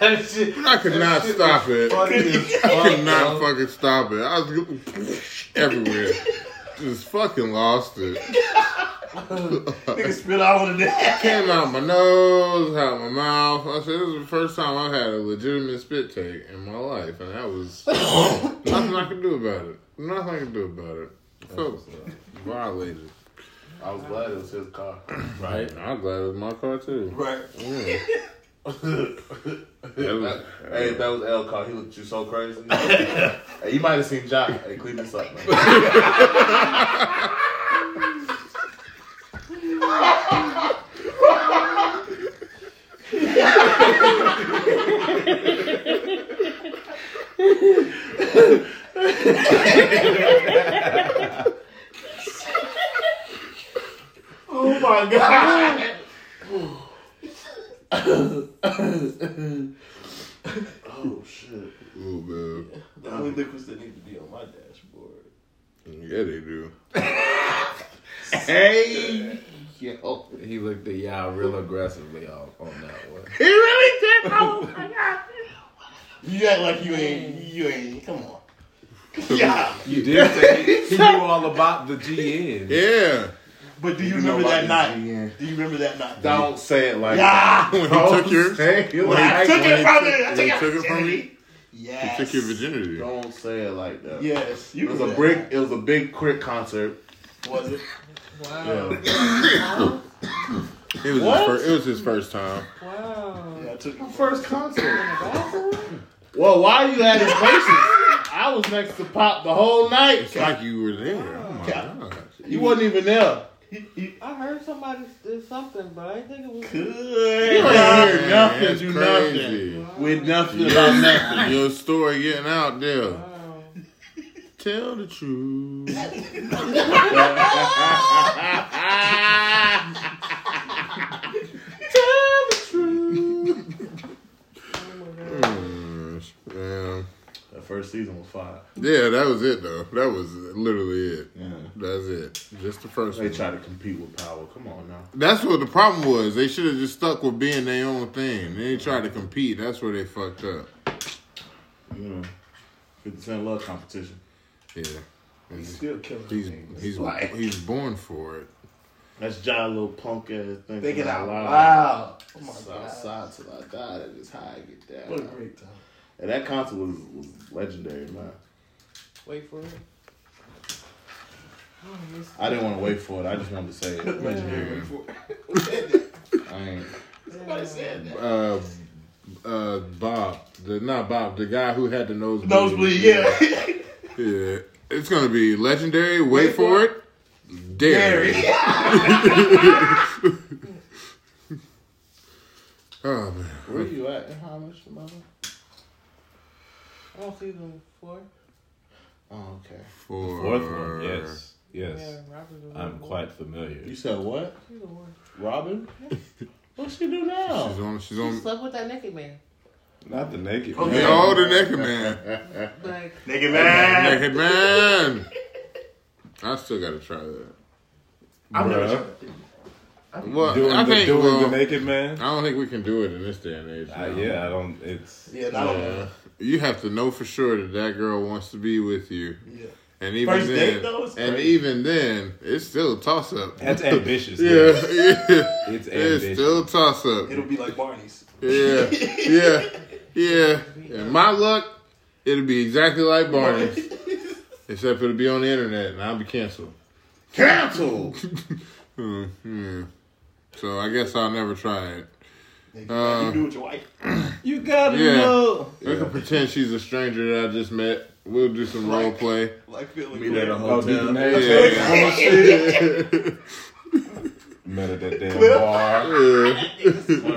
That shit. I could not stop it. funny as I fuck, could not bro. fucking stop it. I was going everywhere. Just fucking lost it. Nigga spit all of that. [LAUGHS] Came out my nose, out my mouth. I said, this is the first time I had a legitimate spit take in my life. And that was nothing I could do about it. Nothing I could do about it. I felt violated. I was glad it was his car. Right. I'm glad it was my car, too. Right. Yeah. was- hey, if that was L car, he looked you so crazy. hey, you might have seen Jock. Hey, clean this up, man. Oh my god. oh shit. Ooh, man. The only liquids that need to be on my dashboard. Yeah, they do. Hey, He looked at y'all real aggressively on, on that one. he really did. Oh my god. You act like you ain't. You ain't. Come on. Yeah. You did say he, he knew all about the GN. Yeah. But do you, know remember that about night? this Do you remember that night? Don't say it like [LAUGHS] Yeah. When he took yours. that. Hey, When he- I took when it he from took- it. I when took he it took it from you. He Yes. took your virginity. Don't say it like that. Yes. You It was a remember big. It was a big crit concert. that, Was it? Wow. Wow. It was What? his first. It was his first time. Wow. Yeah, I took it. First concert. In the bathroom? Well, why you had his patience? I was next to Pop the whole night. It's like you were there. Oh my god. You wasn't even there. I heard somebody did something, but I didn't think it was. You ain't Good. heard nothing. That's You nothing. crazy. With nothing Your- about nothing. Your story getting out there. Wow. Tell the truth. [LAUGHS] Mm, yeah. That first season was fire. yeah, that was it though. That was literally it. Yeah. That's it. Just the first They one. try to compete with Power. Come on now. That's what the problem was. They should have just stuck with being their own thing. They tried to compete. That's where they fucked up. You know, fifty cent love competition. Yeah. He's He's still killing he's things. he's, Like, he's born for it. That's John little punk ass thing. thinking out loud. Oh my god. Outside till I die. That is how I get down. What a great [LAUGHS] time. And that concert was, was legendary, man. Wait for it. Oh, this- I didn't want to wait for it. I just wanted to say it. legendary. I ain't. Somebody said that. Uh, uh, Bob, the not Bob, the guy who had the nosebleed. Nosebleed, yeah. [LAUGHS] Yeah, it's gonna be legendary. Wait for it, dairy. [LAUGHS] [LAUGHS] oh man, Where you at in Hollis, mother? I don't see them four. Oh, okay. for Fourth one, yes. Yes. Yeah, Robert's the I'm one. quite familiar. You said what? She's the one. Robin? What's she do now? She's on. She's She on. slept with that naked man. Not the naked They man. all the naked man. [LAUGHS] Like, Nigga man. naked man. I still gotta try that. I'm never Bruh. trying to think. Well, Doing, I the, think. doing well, the naked man? I don't think we can do it in this day and age. Uh, no. yeah, I don't. It's Yeah, no. Yeah. You have to know for sure that that girl wants to be with you. Yeah. And even First then, date, though, it's and crazy. even then, it's still a toss up. that's ambitious. [LAUGHS] Yeah, dude. yeah. it's It's ambitious. still toss up. It'll be like Barney's. Yeah, yeah, yeah. And my luck, it'll be exactly like Barney's, [LAUGHS] except it'll be on the internet and I'll be canceled. Cancel! Hmm, yeah. So I guess I'll never try it. Nigga, Uh, you do with your wife. you gotta Yeah. [LAUGHS] know. I can pretend she's a stranger that I just met. We'll do some role [LAUGHS] play. Like feeling Meet at a Oh, [LAUGHS] do the hotel. naked Yeah. man. Met at that damn bar. Yeah.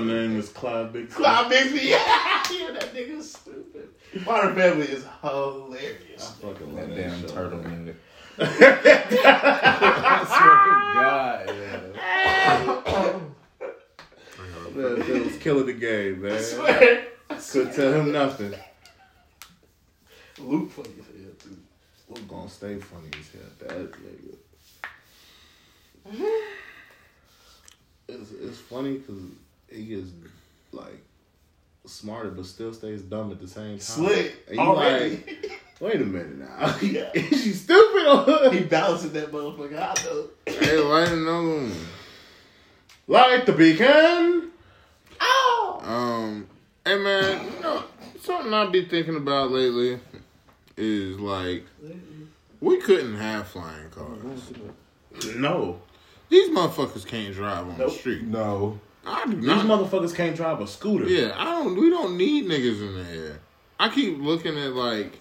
My name is Clyde Big. [LAUGHS] Clown makes me. Yeah, that nigga's stupid. Modern Family is hilarious. Fucking love that damn turtle nigga. I swear to God, yeah. That, that was killing the game, man. Swear. Couldn't tell him nothing. [LAUGHS] Luke funny as hell too. We're gonna stay funny as hell. That nigga. It's, it's funny because he is like smarter, but still stays dumb at the same time. Slick And you already. like, wait a minute now. Yeah. is she stupid or? [LAUGHS] He balancing that motherfucker out though. [LAUGHS] hey, light another one. Light the beacon. Um, hey man, you know something I've been thinking about lately is like we couldn't have flying cars. No. These motherfuckers can't drive on the street. No. I do These not. motherfuckers can't drive a scooter. yeah, I don't. We don't need niggas in the air. I keep looking at like,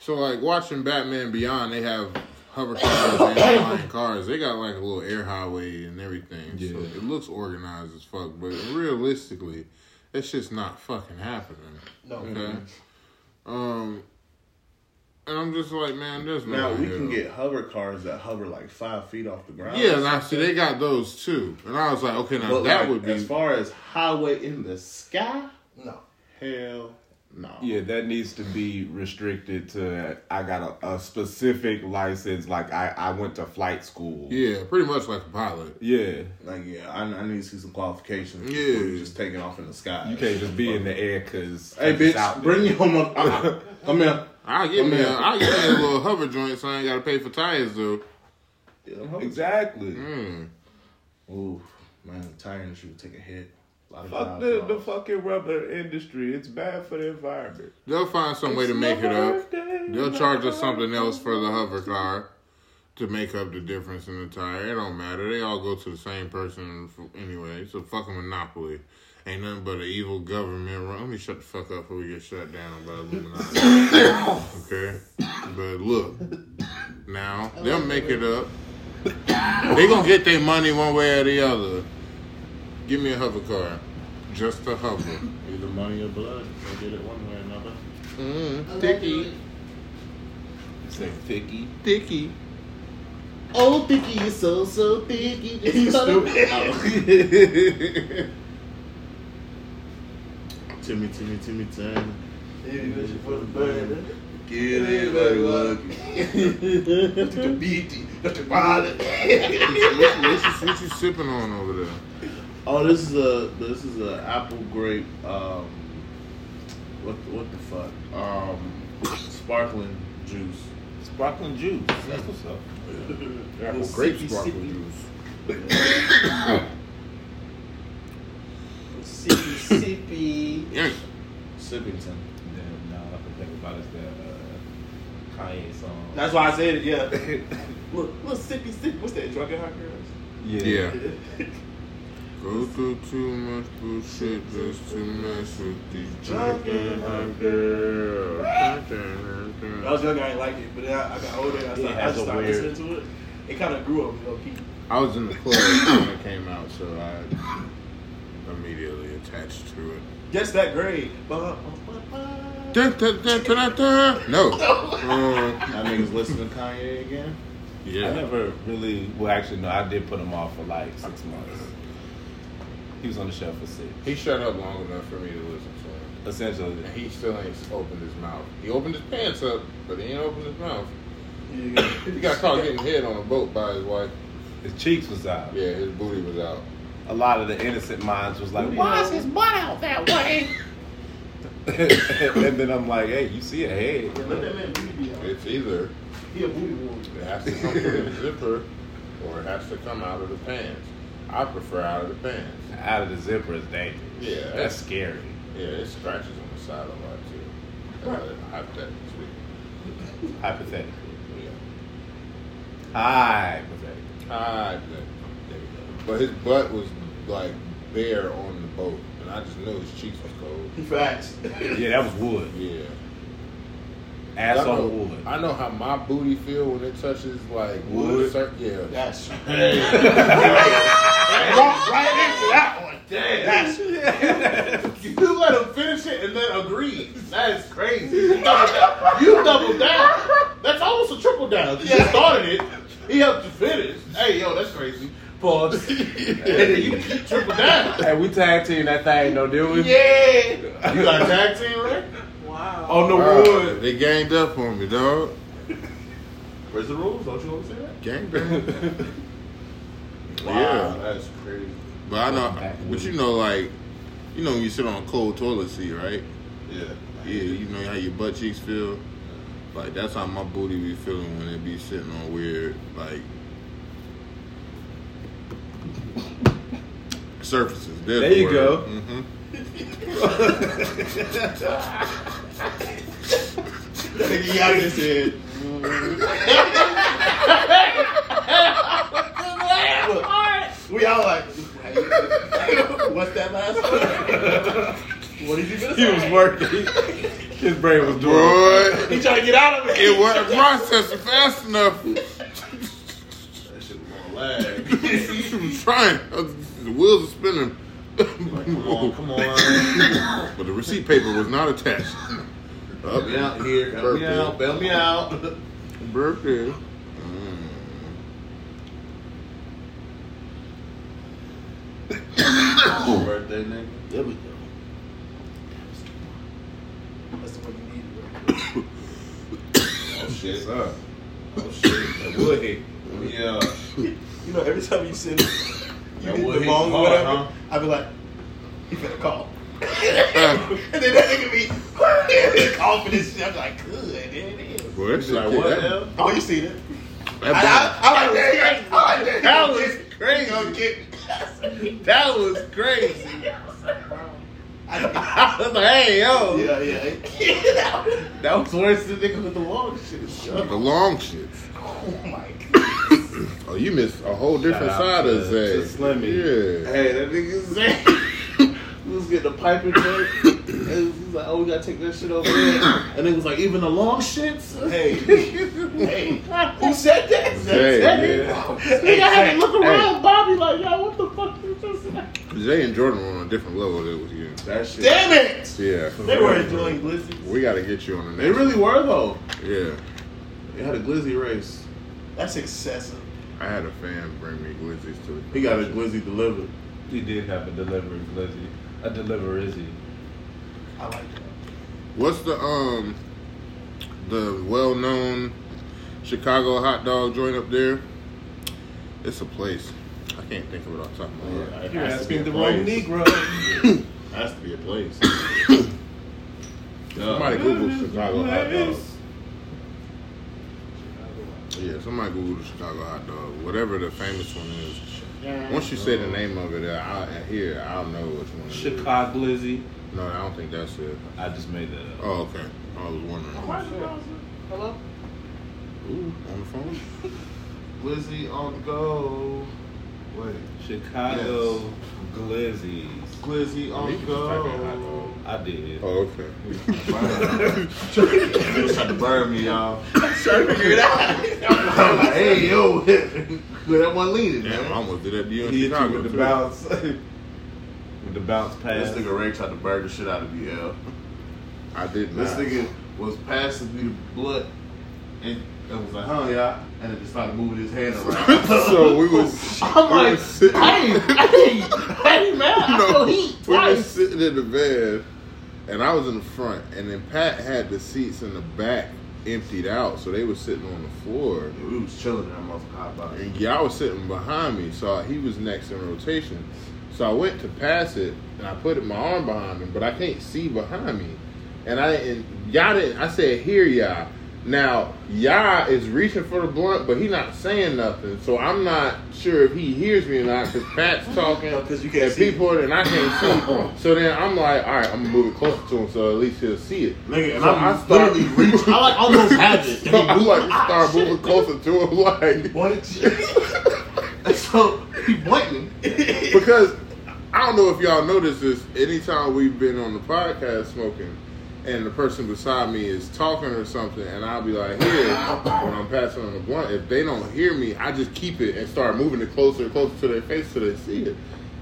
so like watching Batman Beyond. They have hover cars [COUGHS] and flying cars. They got like a little air highway and everything. So Yeah. it looks organized as fuck. But realistically, that's just not fucking happening. No. Okay. Mm-hmm. Um, and I'm just like, man, there's no. Now way we here. can get hover cars that hover like five feet off the ground. Yeah, now see, they got those too, and I was like, okay, now But that like, would be. as far as highway in the sky. No. Hell no. Yeah, that needs to be restricted to. I got a, a specific license. Like I, I went to flight school. yeah, pretty much like a pilot. Yeah. Like yeah, I, I need to see some qualifications. Yeah. before you just taking off in the sky. You can't just be in the air because. Hey bitch, bring your mother. [LAUGHS] Uh, come here. I'll give Oh, me, a, man. I'll give me a little hover joint, so I ain't got to pay for tires though. Exactly. Mm. Ooh, man, tire industry would take a hit. A lot of Fuck jobs the, the lost. fucking rubber industry. It's bad for the environment. They'll find some way to make it up. They'll charge us something else for the hover car to make up the difference in the tire. It don't matter. They all go to the same person for, anyway. It's a fucking monopoly. Ain't nothing but an evil government. run- Let me shut the fuck up before we get shut down by Illuminati. [COUGHS] okay? But look, now they'll make it up. They gonna get their money one way or the other. Give me a hover car. Just a hover. Either money or blood. They did it one way or another. Mm, thicky. Say thicky. Thicky. Oh, Dicky is so so Dicky. [LAUGHS] He's stupid. Timmy, Timmy, Timmy, Timmy. for the burn. Get Dr. Beatty, Dr. Wilder. what, what, you, what you sipping on over there? Oh, this is a this is a apple grape. Um, what what the fuck? Um, sparkling juice. Sparkling juice. That's what's up. Little Grape sippy, sparkle sippy. juice. Sippy, sippy. Yeah. Sippington. Damn, nah, all I can think about is that uh, Kanye song. [LAUGHS] That's why I said it, [LAUGHS] yeah. look, look, sippy, sippy. What's that, drunken hot girls? yeah. Yeah. Go through too much bullshit just to mess with these drunken hot girls. When [LAUGHS] I was younger, I didn't like it, but then I, I got older and I started, I has just a started weird- listening to it. It kind of grew on me, low key. I was in the club when it came out, so I immediately attached to it. Guess that grade. Ba- ba- ba- ba. Dun, dun, dun, dun, dun, dun. No. Um, That nigga's listening to Kanye again. I yeah. never really. Well, actually, no. I did put him off for like six months. He was on the shelf for six, He shut up long enough for me to listen to him. essentially. And he still ain't opened his mouth. He opened his pants up, but he ain't opened his mouth. He got caught getting hit on a boat by his wife. His cheeks was out. Yeah, his booty was out. A lot of the innocent minds was like, Why "Why?" is his butt out that way? [LAUGHS] and then I'm like, "Hey, you see a Yeah, head? let that man booty be out. It's either He a booty woman. it has to come from the zipper or it has to come out of the pants. I prefer out of the pants. Out of the zipper is dangerous. Yeah. that's scary. Yeah, it scratches on the side a lot too. Uh, hypothetically Hypothetically, speaking. hypothetically. Yeah. Hypothetically. But his butt was like bare on the boat, and I just knew his cheeks was cold. He facts. Yeah, that was wood. Yeah. Ass I know, on wood. [LAUGHS] I know how my booty feel when it touches like wood. Wood? Cir- yeah. [LAUGHS] That's Walk right into that one. That's [LAUGHS] You let him finish it and and then agreed. That is crazy. You doubled down. You doubled down. That's almost a triple down. 'cause You started it. He helped you finish. Hey, yo, that's crazy. Pause. and then you keep triple down. Hey, we tag team that thing, though, did we? Yeah. You got a tag team, right? Wow. On the Wow, wood. They ganged up on me, dog. Where's the rules? Don't you always say that? Ganged up. [LAUGHS] Wow, Yeah, that's crazy. but I know, but you know, like, you know, when you sit on a cold toilet seat, right? Yeah. Yeah, you know how your butt cheeks feel. Like that's how my booty be feeling when it be sitting on weird like surfaces. There's There you go. hmm [LAUGHS] Nigga, y'all just [LAUGHS] said. We all like, what's that last one? What did you just He say? was working. His brain was doing. Boy, [LAUGHS] He trying to get out of it. it wasn't processing fast enough. That shit was on lag. I'm [LAUGHS] trying. The wheels are spinning. Come on, come on. But the receipt paper was not attached. Help me out here. Help me Burpee. out. Bail me out. Birthday. Mm. Birthday, nigga. There we go. That's the one you needed. right? Oh shit. Son, Oh shit. that wood hit. Yeah. You know, every time you send, you That get would the hit wrong hard, whatever, huh? I be like, you better call. Uh, [LAUGHS] And then that nigga be [LAUGHS] call for this shit. I'm like, good, there it is. boy, that shit Like kicked what? that- hell? Oh, you see that? that I, button- I, I, like that. I like that. That was crazy. Gonna get, That was crazy. I, I was like, hey yo, yeah, yeah. Get out. [LAUGHS] that was worse than nigga with the long shit. Yo. The long shit. Oh my god. [COUGHS] Oh, you missed a whole different side of to Zay. Slimmy. Yeah. Hey, that nigga Zay. [LAUGHS] We was getting a pipe and joint, and he was like, "Oh, we gotta take that shit over there." And it was like, "Even the long shits." Hey. [LAUGHS] hey, who said that? Zay, Zay. Nigga, I had to look around, Bobby, like, "Yo, what the fuck you just said?" Zay and Jordan were on a different level than was you. That shit. Damn it! Yeah. They were enjoying glizzies. We got to get you on the They next. really were though. Yeah. They had a glizzy race. That's excessive. I had a fan bring me glizzies to He got a glizzy delivered. He did have a delivery glizzy. A deliverizzy. I like that. What's the um the well known Chicago hot dog joint up there? It's a place. I can't think of it off the top of my head. You're asking the wrong [LAUGHS] Negro. Has to be a [COUGHS] place. Somebody Google Chicago hot dog. Yeah, somebody Google the Chicago hot dog. Whatever the famous one is. Once you say the name of it, I, I hear it, I'll know which one. it is. Chicago glizzy. No, I don't think that's it. I just made that up. Oh, okay. I was wondering. Hello? Ooh, on the phone? Glizzy on the go. Wait. Chicago glizzies. Glizzy on You can the just type in hot go. dog. I did. Oh, okay. Just had to burn me, y'all. Try to figure it out. I'm like, [LAUGHS] hey, yo. [LAUGHS] that one leaning, Damn, I man. almost did that to you in He hit you Chicago. with the too. bounce. [LAUGHS] with the bounce This pass. nigga Ray tried to burn the shit out of me, [LAUGHS] yo. I did not. This nigga was passing me the blood and, and was like, huh, yeah. And then just started moving his hand around. [LAUGHS] so we was. I'm we like, was sitting, hey, hey, hey, man, I [LAUGHS] no, feel heat we was twice. sitting in the van, and I was in the front, and then Pat had the seats in the back emptied out, so they were sitting on the floor, We was chilling in that motherfucking hot box. [LAUGHS] and y'all was sitting behind me, so he was next in rotation. So I went to pass it, and I put my arm behind him, but I can't see behind me, and I and y'all didn't. I said, "Here, y'all." Now, Yah is reaching for the blunt, but he not saying nothing. So I'm not sure if he hears me or not because Pat's [LAUGHS] talking Because you and can't see. People, people and I Oh. can't see. So then I'm like, all right, I'm gonna move it closer to him so at least he'll see it. Nigga, and So I'm I start- literally reaching. I like almost had it. [LAUGHS] So I like [LAUGHS] start moving closer to him, [LAUGHS] like wanted to. so he blinking. because I don't know if y'all noticed this. Anytime we've been on the podcast smoking, and the person beside me is talking or something, and I'll be like, here when I'm passing on the blunt. If they don't hear me, I just keep it and start moving it closer and closer to their face so they see it.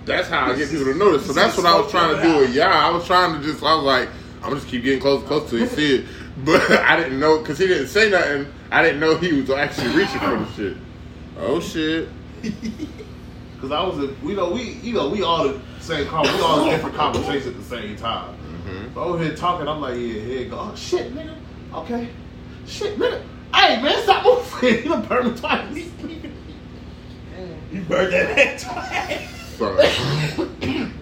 That's how I get people to notice. So that's what I was trying to do with y'all. I was trying to just, I was like, I'm just keep getting close, close till he see it. But [LAUGHS] I didn't know because he didn't say nothing. I didn't know he was actually reaching for the shit. Oh shit! Cause I was, in, you know, we, you know, we all the same, con- we all in [LAUGHS] different conversations at the same time. So I'm over here talking, I'm like, yeah, here it go. Oh shit, nigga. Okay. Shit, nigga. Hey man, stop moving. [LAUGHS] You done burned me twice. [LAUGHS] [LAUGHS] You burned that head twice. Sorry,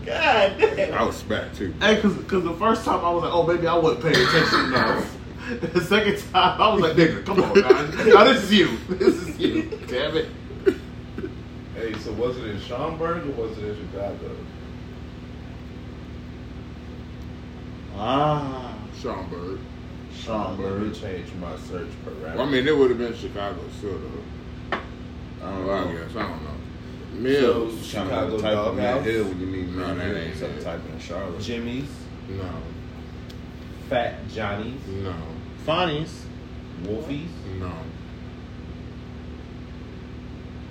God damn. I was smacked too. Hey, cause, cause the first time I was like, oh baby, I wasn't paying attention enough. [LAUGHS] The second time I was like, nigga, come on, man. Now this is you. This is you. Damn it. Hey, so was it in Schaumburg or was it in Chicago? Ah. Sean Bird. Schaumburg. Let me change my search Well, I parameter. mean, it would have been Chicago still though. I don't know. I guess I don't know. Mills. So, Chicago Chicago type of Matt Doghouse. Hill when you mean No, Matt that Hill. ain't Instead of it. typing in Charlotte. Jimmy's, No, Fat Johnny's, no, Fonny's. Wolfie's. no.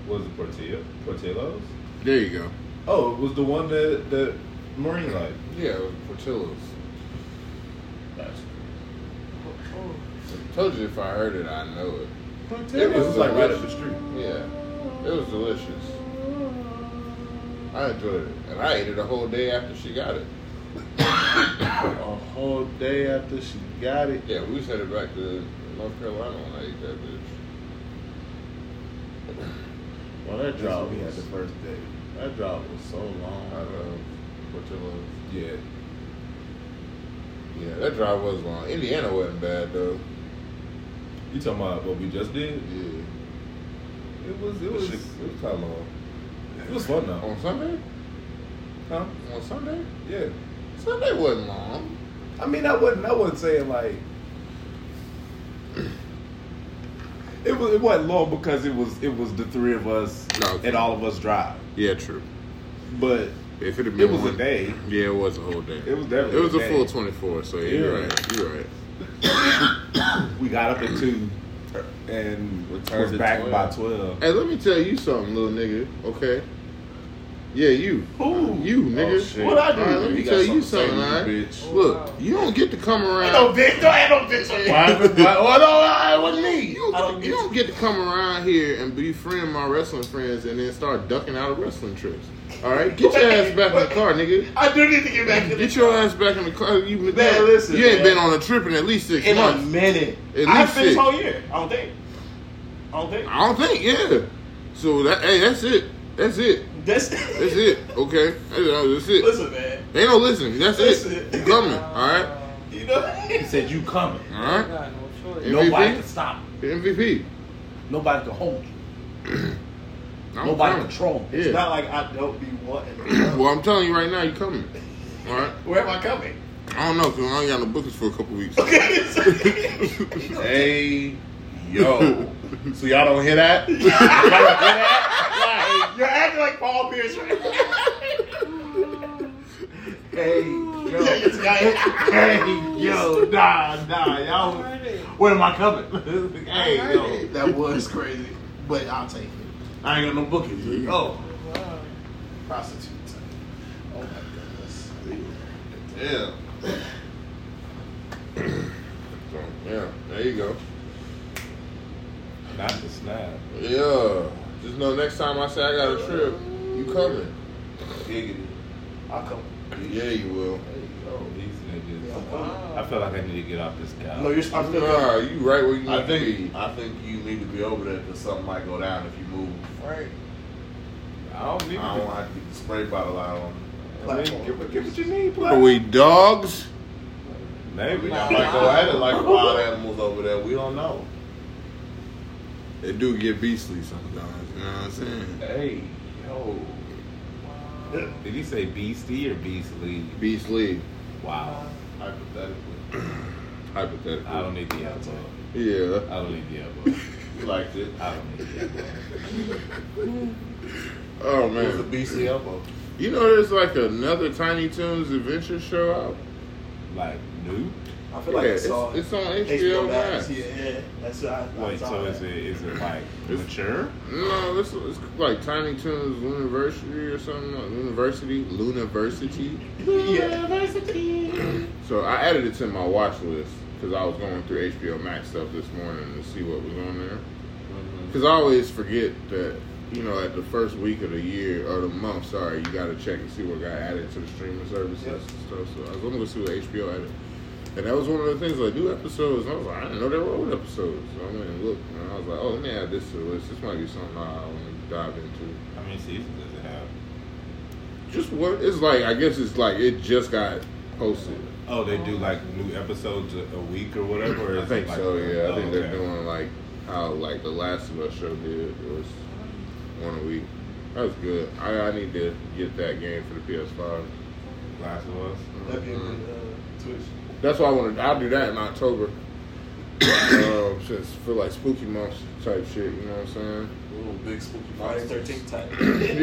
Was it Portillo? Portillo's? There you go. Oh, it was the one that that Marine liked. Yeah, Portillo's. That's I told you if I heard it, I know it. It was like right up the street. Yeah, it was delicious. I enjoyed it, and I ate it a whole day after she got it. A whole day after she got it. Yeah, we was headed back to North Carolina when I ate that bitch. Well, that drive we had was, the first day. that drive was so long. I love Portillo's. Yeah. Yeah, that drive was long. Indiana wasn't bad though. You talking about what we just did? Yeah. It was it was it was kind of long. It was fun though. On Sunday? Huh? On Sunday? Yeah. Sunday wasn't long. I mean, I wouldn't. I wouldn't say it like. It, was, it wasn't long because it was it was the three of us No, it's- and all of us drive. Yeah, true. But If it'd it was a day. Yeah, it was a whole day. It was definitely It was a a day. full twenty four. So yeah, you're Yeah. right. You're right. We got up at two and was at back by twelve. Hey, let me tell you something, little nigga. Okay. Yeah, you. Who? You, nigga. shit. What I do? Alright, let me tell Oh, you something, all right? bitch. Look, you don't get to come around. No bitch. Don't have no bitch on your Why? why- oh, no, it wasn't You me. don't, I don't you don't get to come around here and befriend my wrestling friends and then start ducking out of wrestling trips. All right, get your ass back in the car, nigga. I do need to get back to the Get your ass back in the car. You, been Man, listen, you ain't man. been on a trip in at least six in a months. minute. At least I haven't finished six. whole year. I don't think. I don't think. I don't think, yeah. So that, hey, that's it. That's it. That's, That's it. Okay, that's, that's it. Listen, man. Ain't no listening. That's it. Listen. You coming? All right. You know. He said you coming. All right. Got no choice. MVP? Nobody can stop. you. MVP. Nobody can hold you. [CLEARS THROAT] I'm Nobody coming. control. you. It's Yeah. not like I don't be wanting. [CLEARS THROAT] well, I'm telling you right now, you coming. All right. Where am I coming? [LAUGHS] I don't know, cause I ain't got no bookings for a couple [LAUGHS] weeks. [LAUGHS] Hey, yo. so y'all don't hear that? Y'all don't hear that? You're acting like Paul Pierce right now. Hey, yo. This guy- Hey, yo. Nah, nah. I Y'all. heard it. Where am I coming? hey, yo. that was crazy, but I'll take it. [LAUGHS] I ain't got no bookings. Oh. Wow. Prostitute. type. Oh my goodness. Yeah. So, yeah, there you go. Not the snap. Yeah. Just know next time I say I got a trip, you coming. Giggity. I'll come. Yeah, you will. Oh, these niggas. I'm coming. I feel like I need to get off this No, couch. you're supposed to. Nah, you right where you need I to think be. I think you need to be over there because something might go down if you move. Right. I don't I need don't to. want to get the spray bottle out on. I mean, give, what- give what you need, Are bro. we dogs? Maybe. Y'all might go at it like wild animals over there. We don't know. They do get beastly sometimes. You know what I'm saying? Hey, yo. Did he say beastie or beastly? Beastly, [CLEARS THROAT] Wow. Hypothetically, hypothetically. I don't need the elbow. Yeah. I don't need the elbow. e- you liked it. I don't need the elbow. Oh It was a man. BC elbow. You know, there's like another Tiny Toons adventure show out. Like, new? I feel like Yeah, it's, it's- all it's on HBO Max. Yeah, yeah. That's what I, I Wait, saw so that. is it, is it like It's- mature? No, it's, it's like Tiny Toons University or something. Like University, Luniversity. Yeah. So I added it to my watch list because I was going through HBO Max stuff this morning to see what was on there. Because I always forget that you know at the first week of the year or the month, sorry, you got to check and see what got added to the streaming services Yep. and stuff. So I was going to go see what HBO added, and that was one of the things like new episodes. And I was like, I didn't know there were old episodes. So I went and looked, and I was like, oh, let me add this to the list. This might be something I want to dive into. How many seasons does it have? Just what it's like. I guess it's like it just got posted. Oh, they do like new episodes a, a week or whatever. Or I is think it like, so. Yeah, I oh, think okay. they're doing like how like the Last of Us show did. It was one a week. That was good. I, I need to get that game for the PS5. Last of Us. That game Mhm. with uh, Twitch. That's why I want to. I'll do that in October. [COUGHS] um, since I feel like spooky month type shit. You know what I'm saying? Little big spooky Friday monster. Thirteenth type. [COUGHS]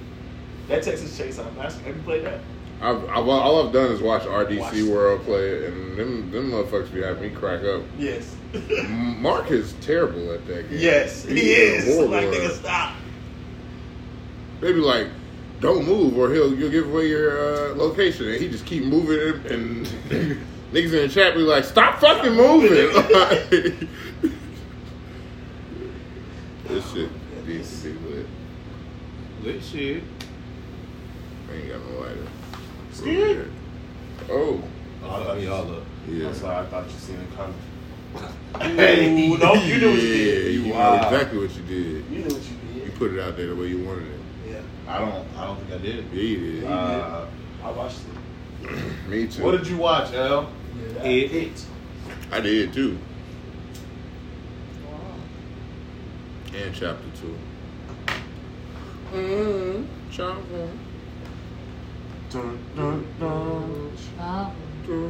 Yeah. That Texas Chainsaw Massacre. Have you played that? I've, I've all I've done is watch RDC Watch. World play it, and them them motherfuckers be having me crack up. [LAUGHS] Yes. Mark is terrible at that game. yes, he He's is. [LAUGHS] horrible Like at nigga, it. stop. they be like, "Don't move, or he'll you'll give away your uh, location." And he just keep moving, it, and [LAUGHS] niggas in the chat be like, "Stop fucking moving!" [LAUGHS] this shit needs to be lit. Good shit. I ain't got no lighter. Scared? Oh, All of y'all up. yeah. That's why I thought you seen it coming. Ooh, no, you knew what you yeah, did. you know Wow. exactly what you did. You knew what you You did. [LAUGHS] put it out there the way you wanted it. Yeah, I don't. I don't think I did. Yeah, you did. Uh, I watched it. [CLEARS THROAT] Me too. What did you watch, L? Yeah, that- It- I did too. Wow. And chapter two. Mm-hmm. Chapter one. Dun, dun, dun. [LAUGHS] That's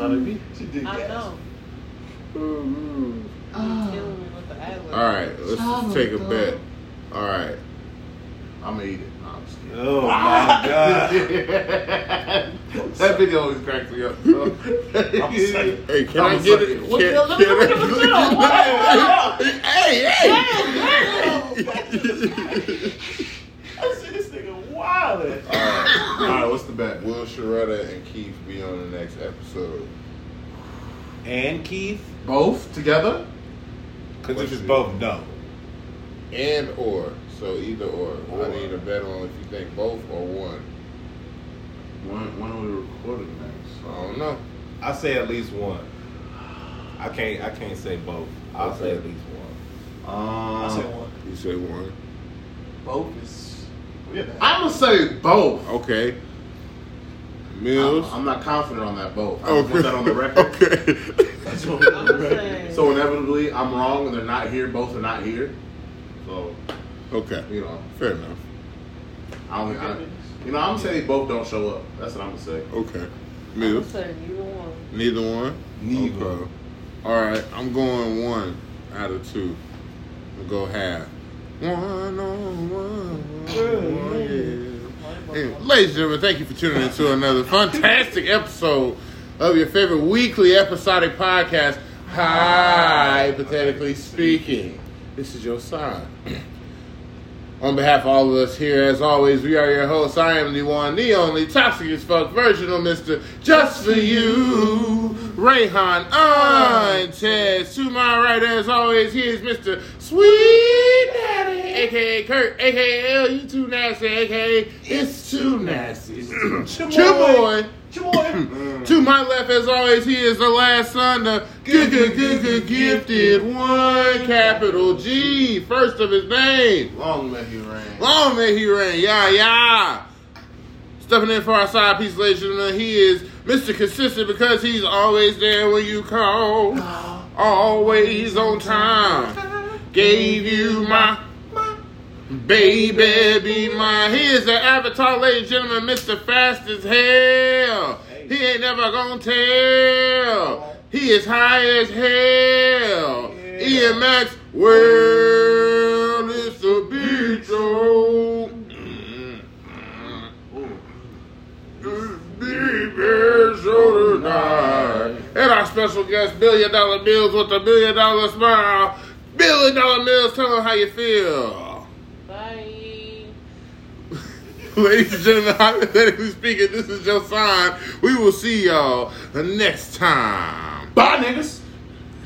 all it be. She did I gas. know. You're killing me with the ad-lib. All right, let's just take a bet. All [LAUGHS] right, I'm gonna eat it. No, I'm just kidding. [LAUGHS] oh my god. that video always cracks me up. I'm [LAUGHS] [LAUGHS] psyched. hey, can I'm i get sorry. it? Can, can I- [LAUGHS] hey, hey! I see this nigga wildin'. Uh, All right, what's the bet? Will Sharetta and Keith be on the next episode? and Keith. Both together? Because if it's both, no. And or so either or. Or. I need a bet on if you think both or one. When, when are we recording next? I don't know. I say at least one. I can't. I can't say both. I'll say at least one. Um, I said one. You say one. Both is. Yeah, I'm gonna say both. Okay. I'm, Mills. Oh, I'm not confident on that both. I just want that on [LAUGHS] the record. Okay. that's what I'm I'm saying. So inevitably, I'm wrong, and they're not here. Both are not here. So [LAUGHS] okay. you know, Fair enough. I don't. I, you know, I'm gonna say both don't show up. That's what I'm gonna say. Okay. I'm Mills. saying you the one. Neither one. Neither. Okay. All right. I'm going one out of two. We'll go half. One on one. one, yeah. Anyway, ladies and gentlemen, thank you for tuning in to another fantastic episode of your favorite weekly episodic podcast, Hypothetically Speaking. This is your sign. On behalf of all of us here, as always, we are your hosts. I am the one, the only, toxic as fuck, virginal Mr. Just for You, Rayhan Untes. To my right, as always, here is Mr. Sweet Daddy, aka Kurt, aka L, you too nasty, aka It's Too Nasty. Chiboy. [LAUGHS] Chiboy. to my left, as always, he is the last son, the good, good, good, good, gifted one, capital G, first of his name. Long may he reign. Long may he reign. Yeah, yeah. Stepping in for our side piece, ladies and gentlemen, he is Mr. Consistent because he's always there when you call. Always on time. Gave you my, baby, be mine. He is the avatar, ladies and gentlemen, Mr. Fast as hell. He ain't never gonna tell. He is high as hell. E Ian Max, well, it's a big show. Baby, so tonight. And our special guest, Billion Dollar Mills with a Billion Dollar Smile. Billion Dollar Mills, tell them how you feel. [LAUGHS] Ladies and gentlemen, hypothetically speaking, this is your sign. We will see y'all next time. Bye, niggas.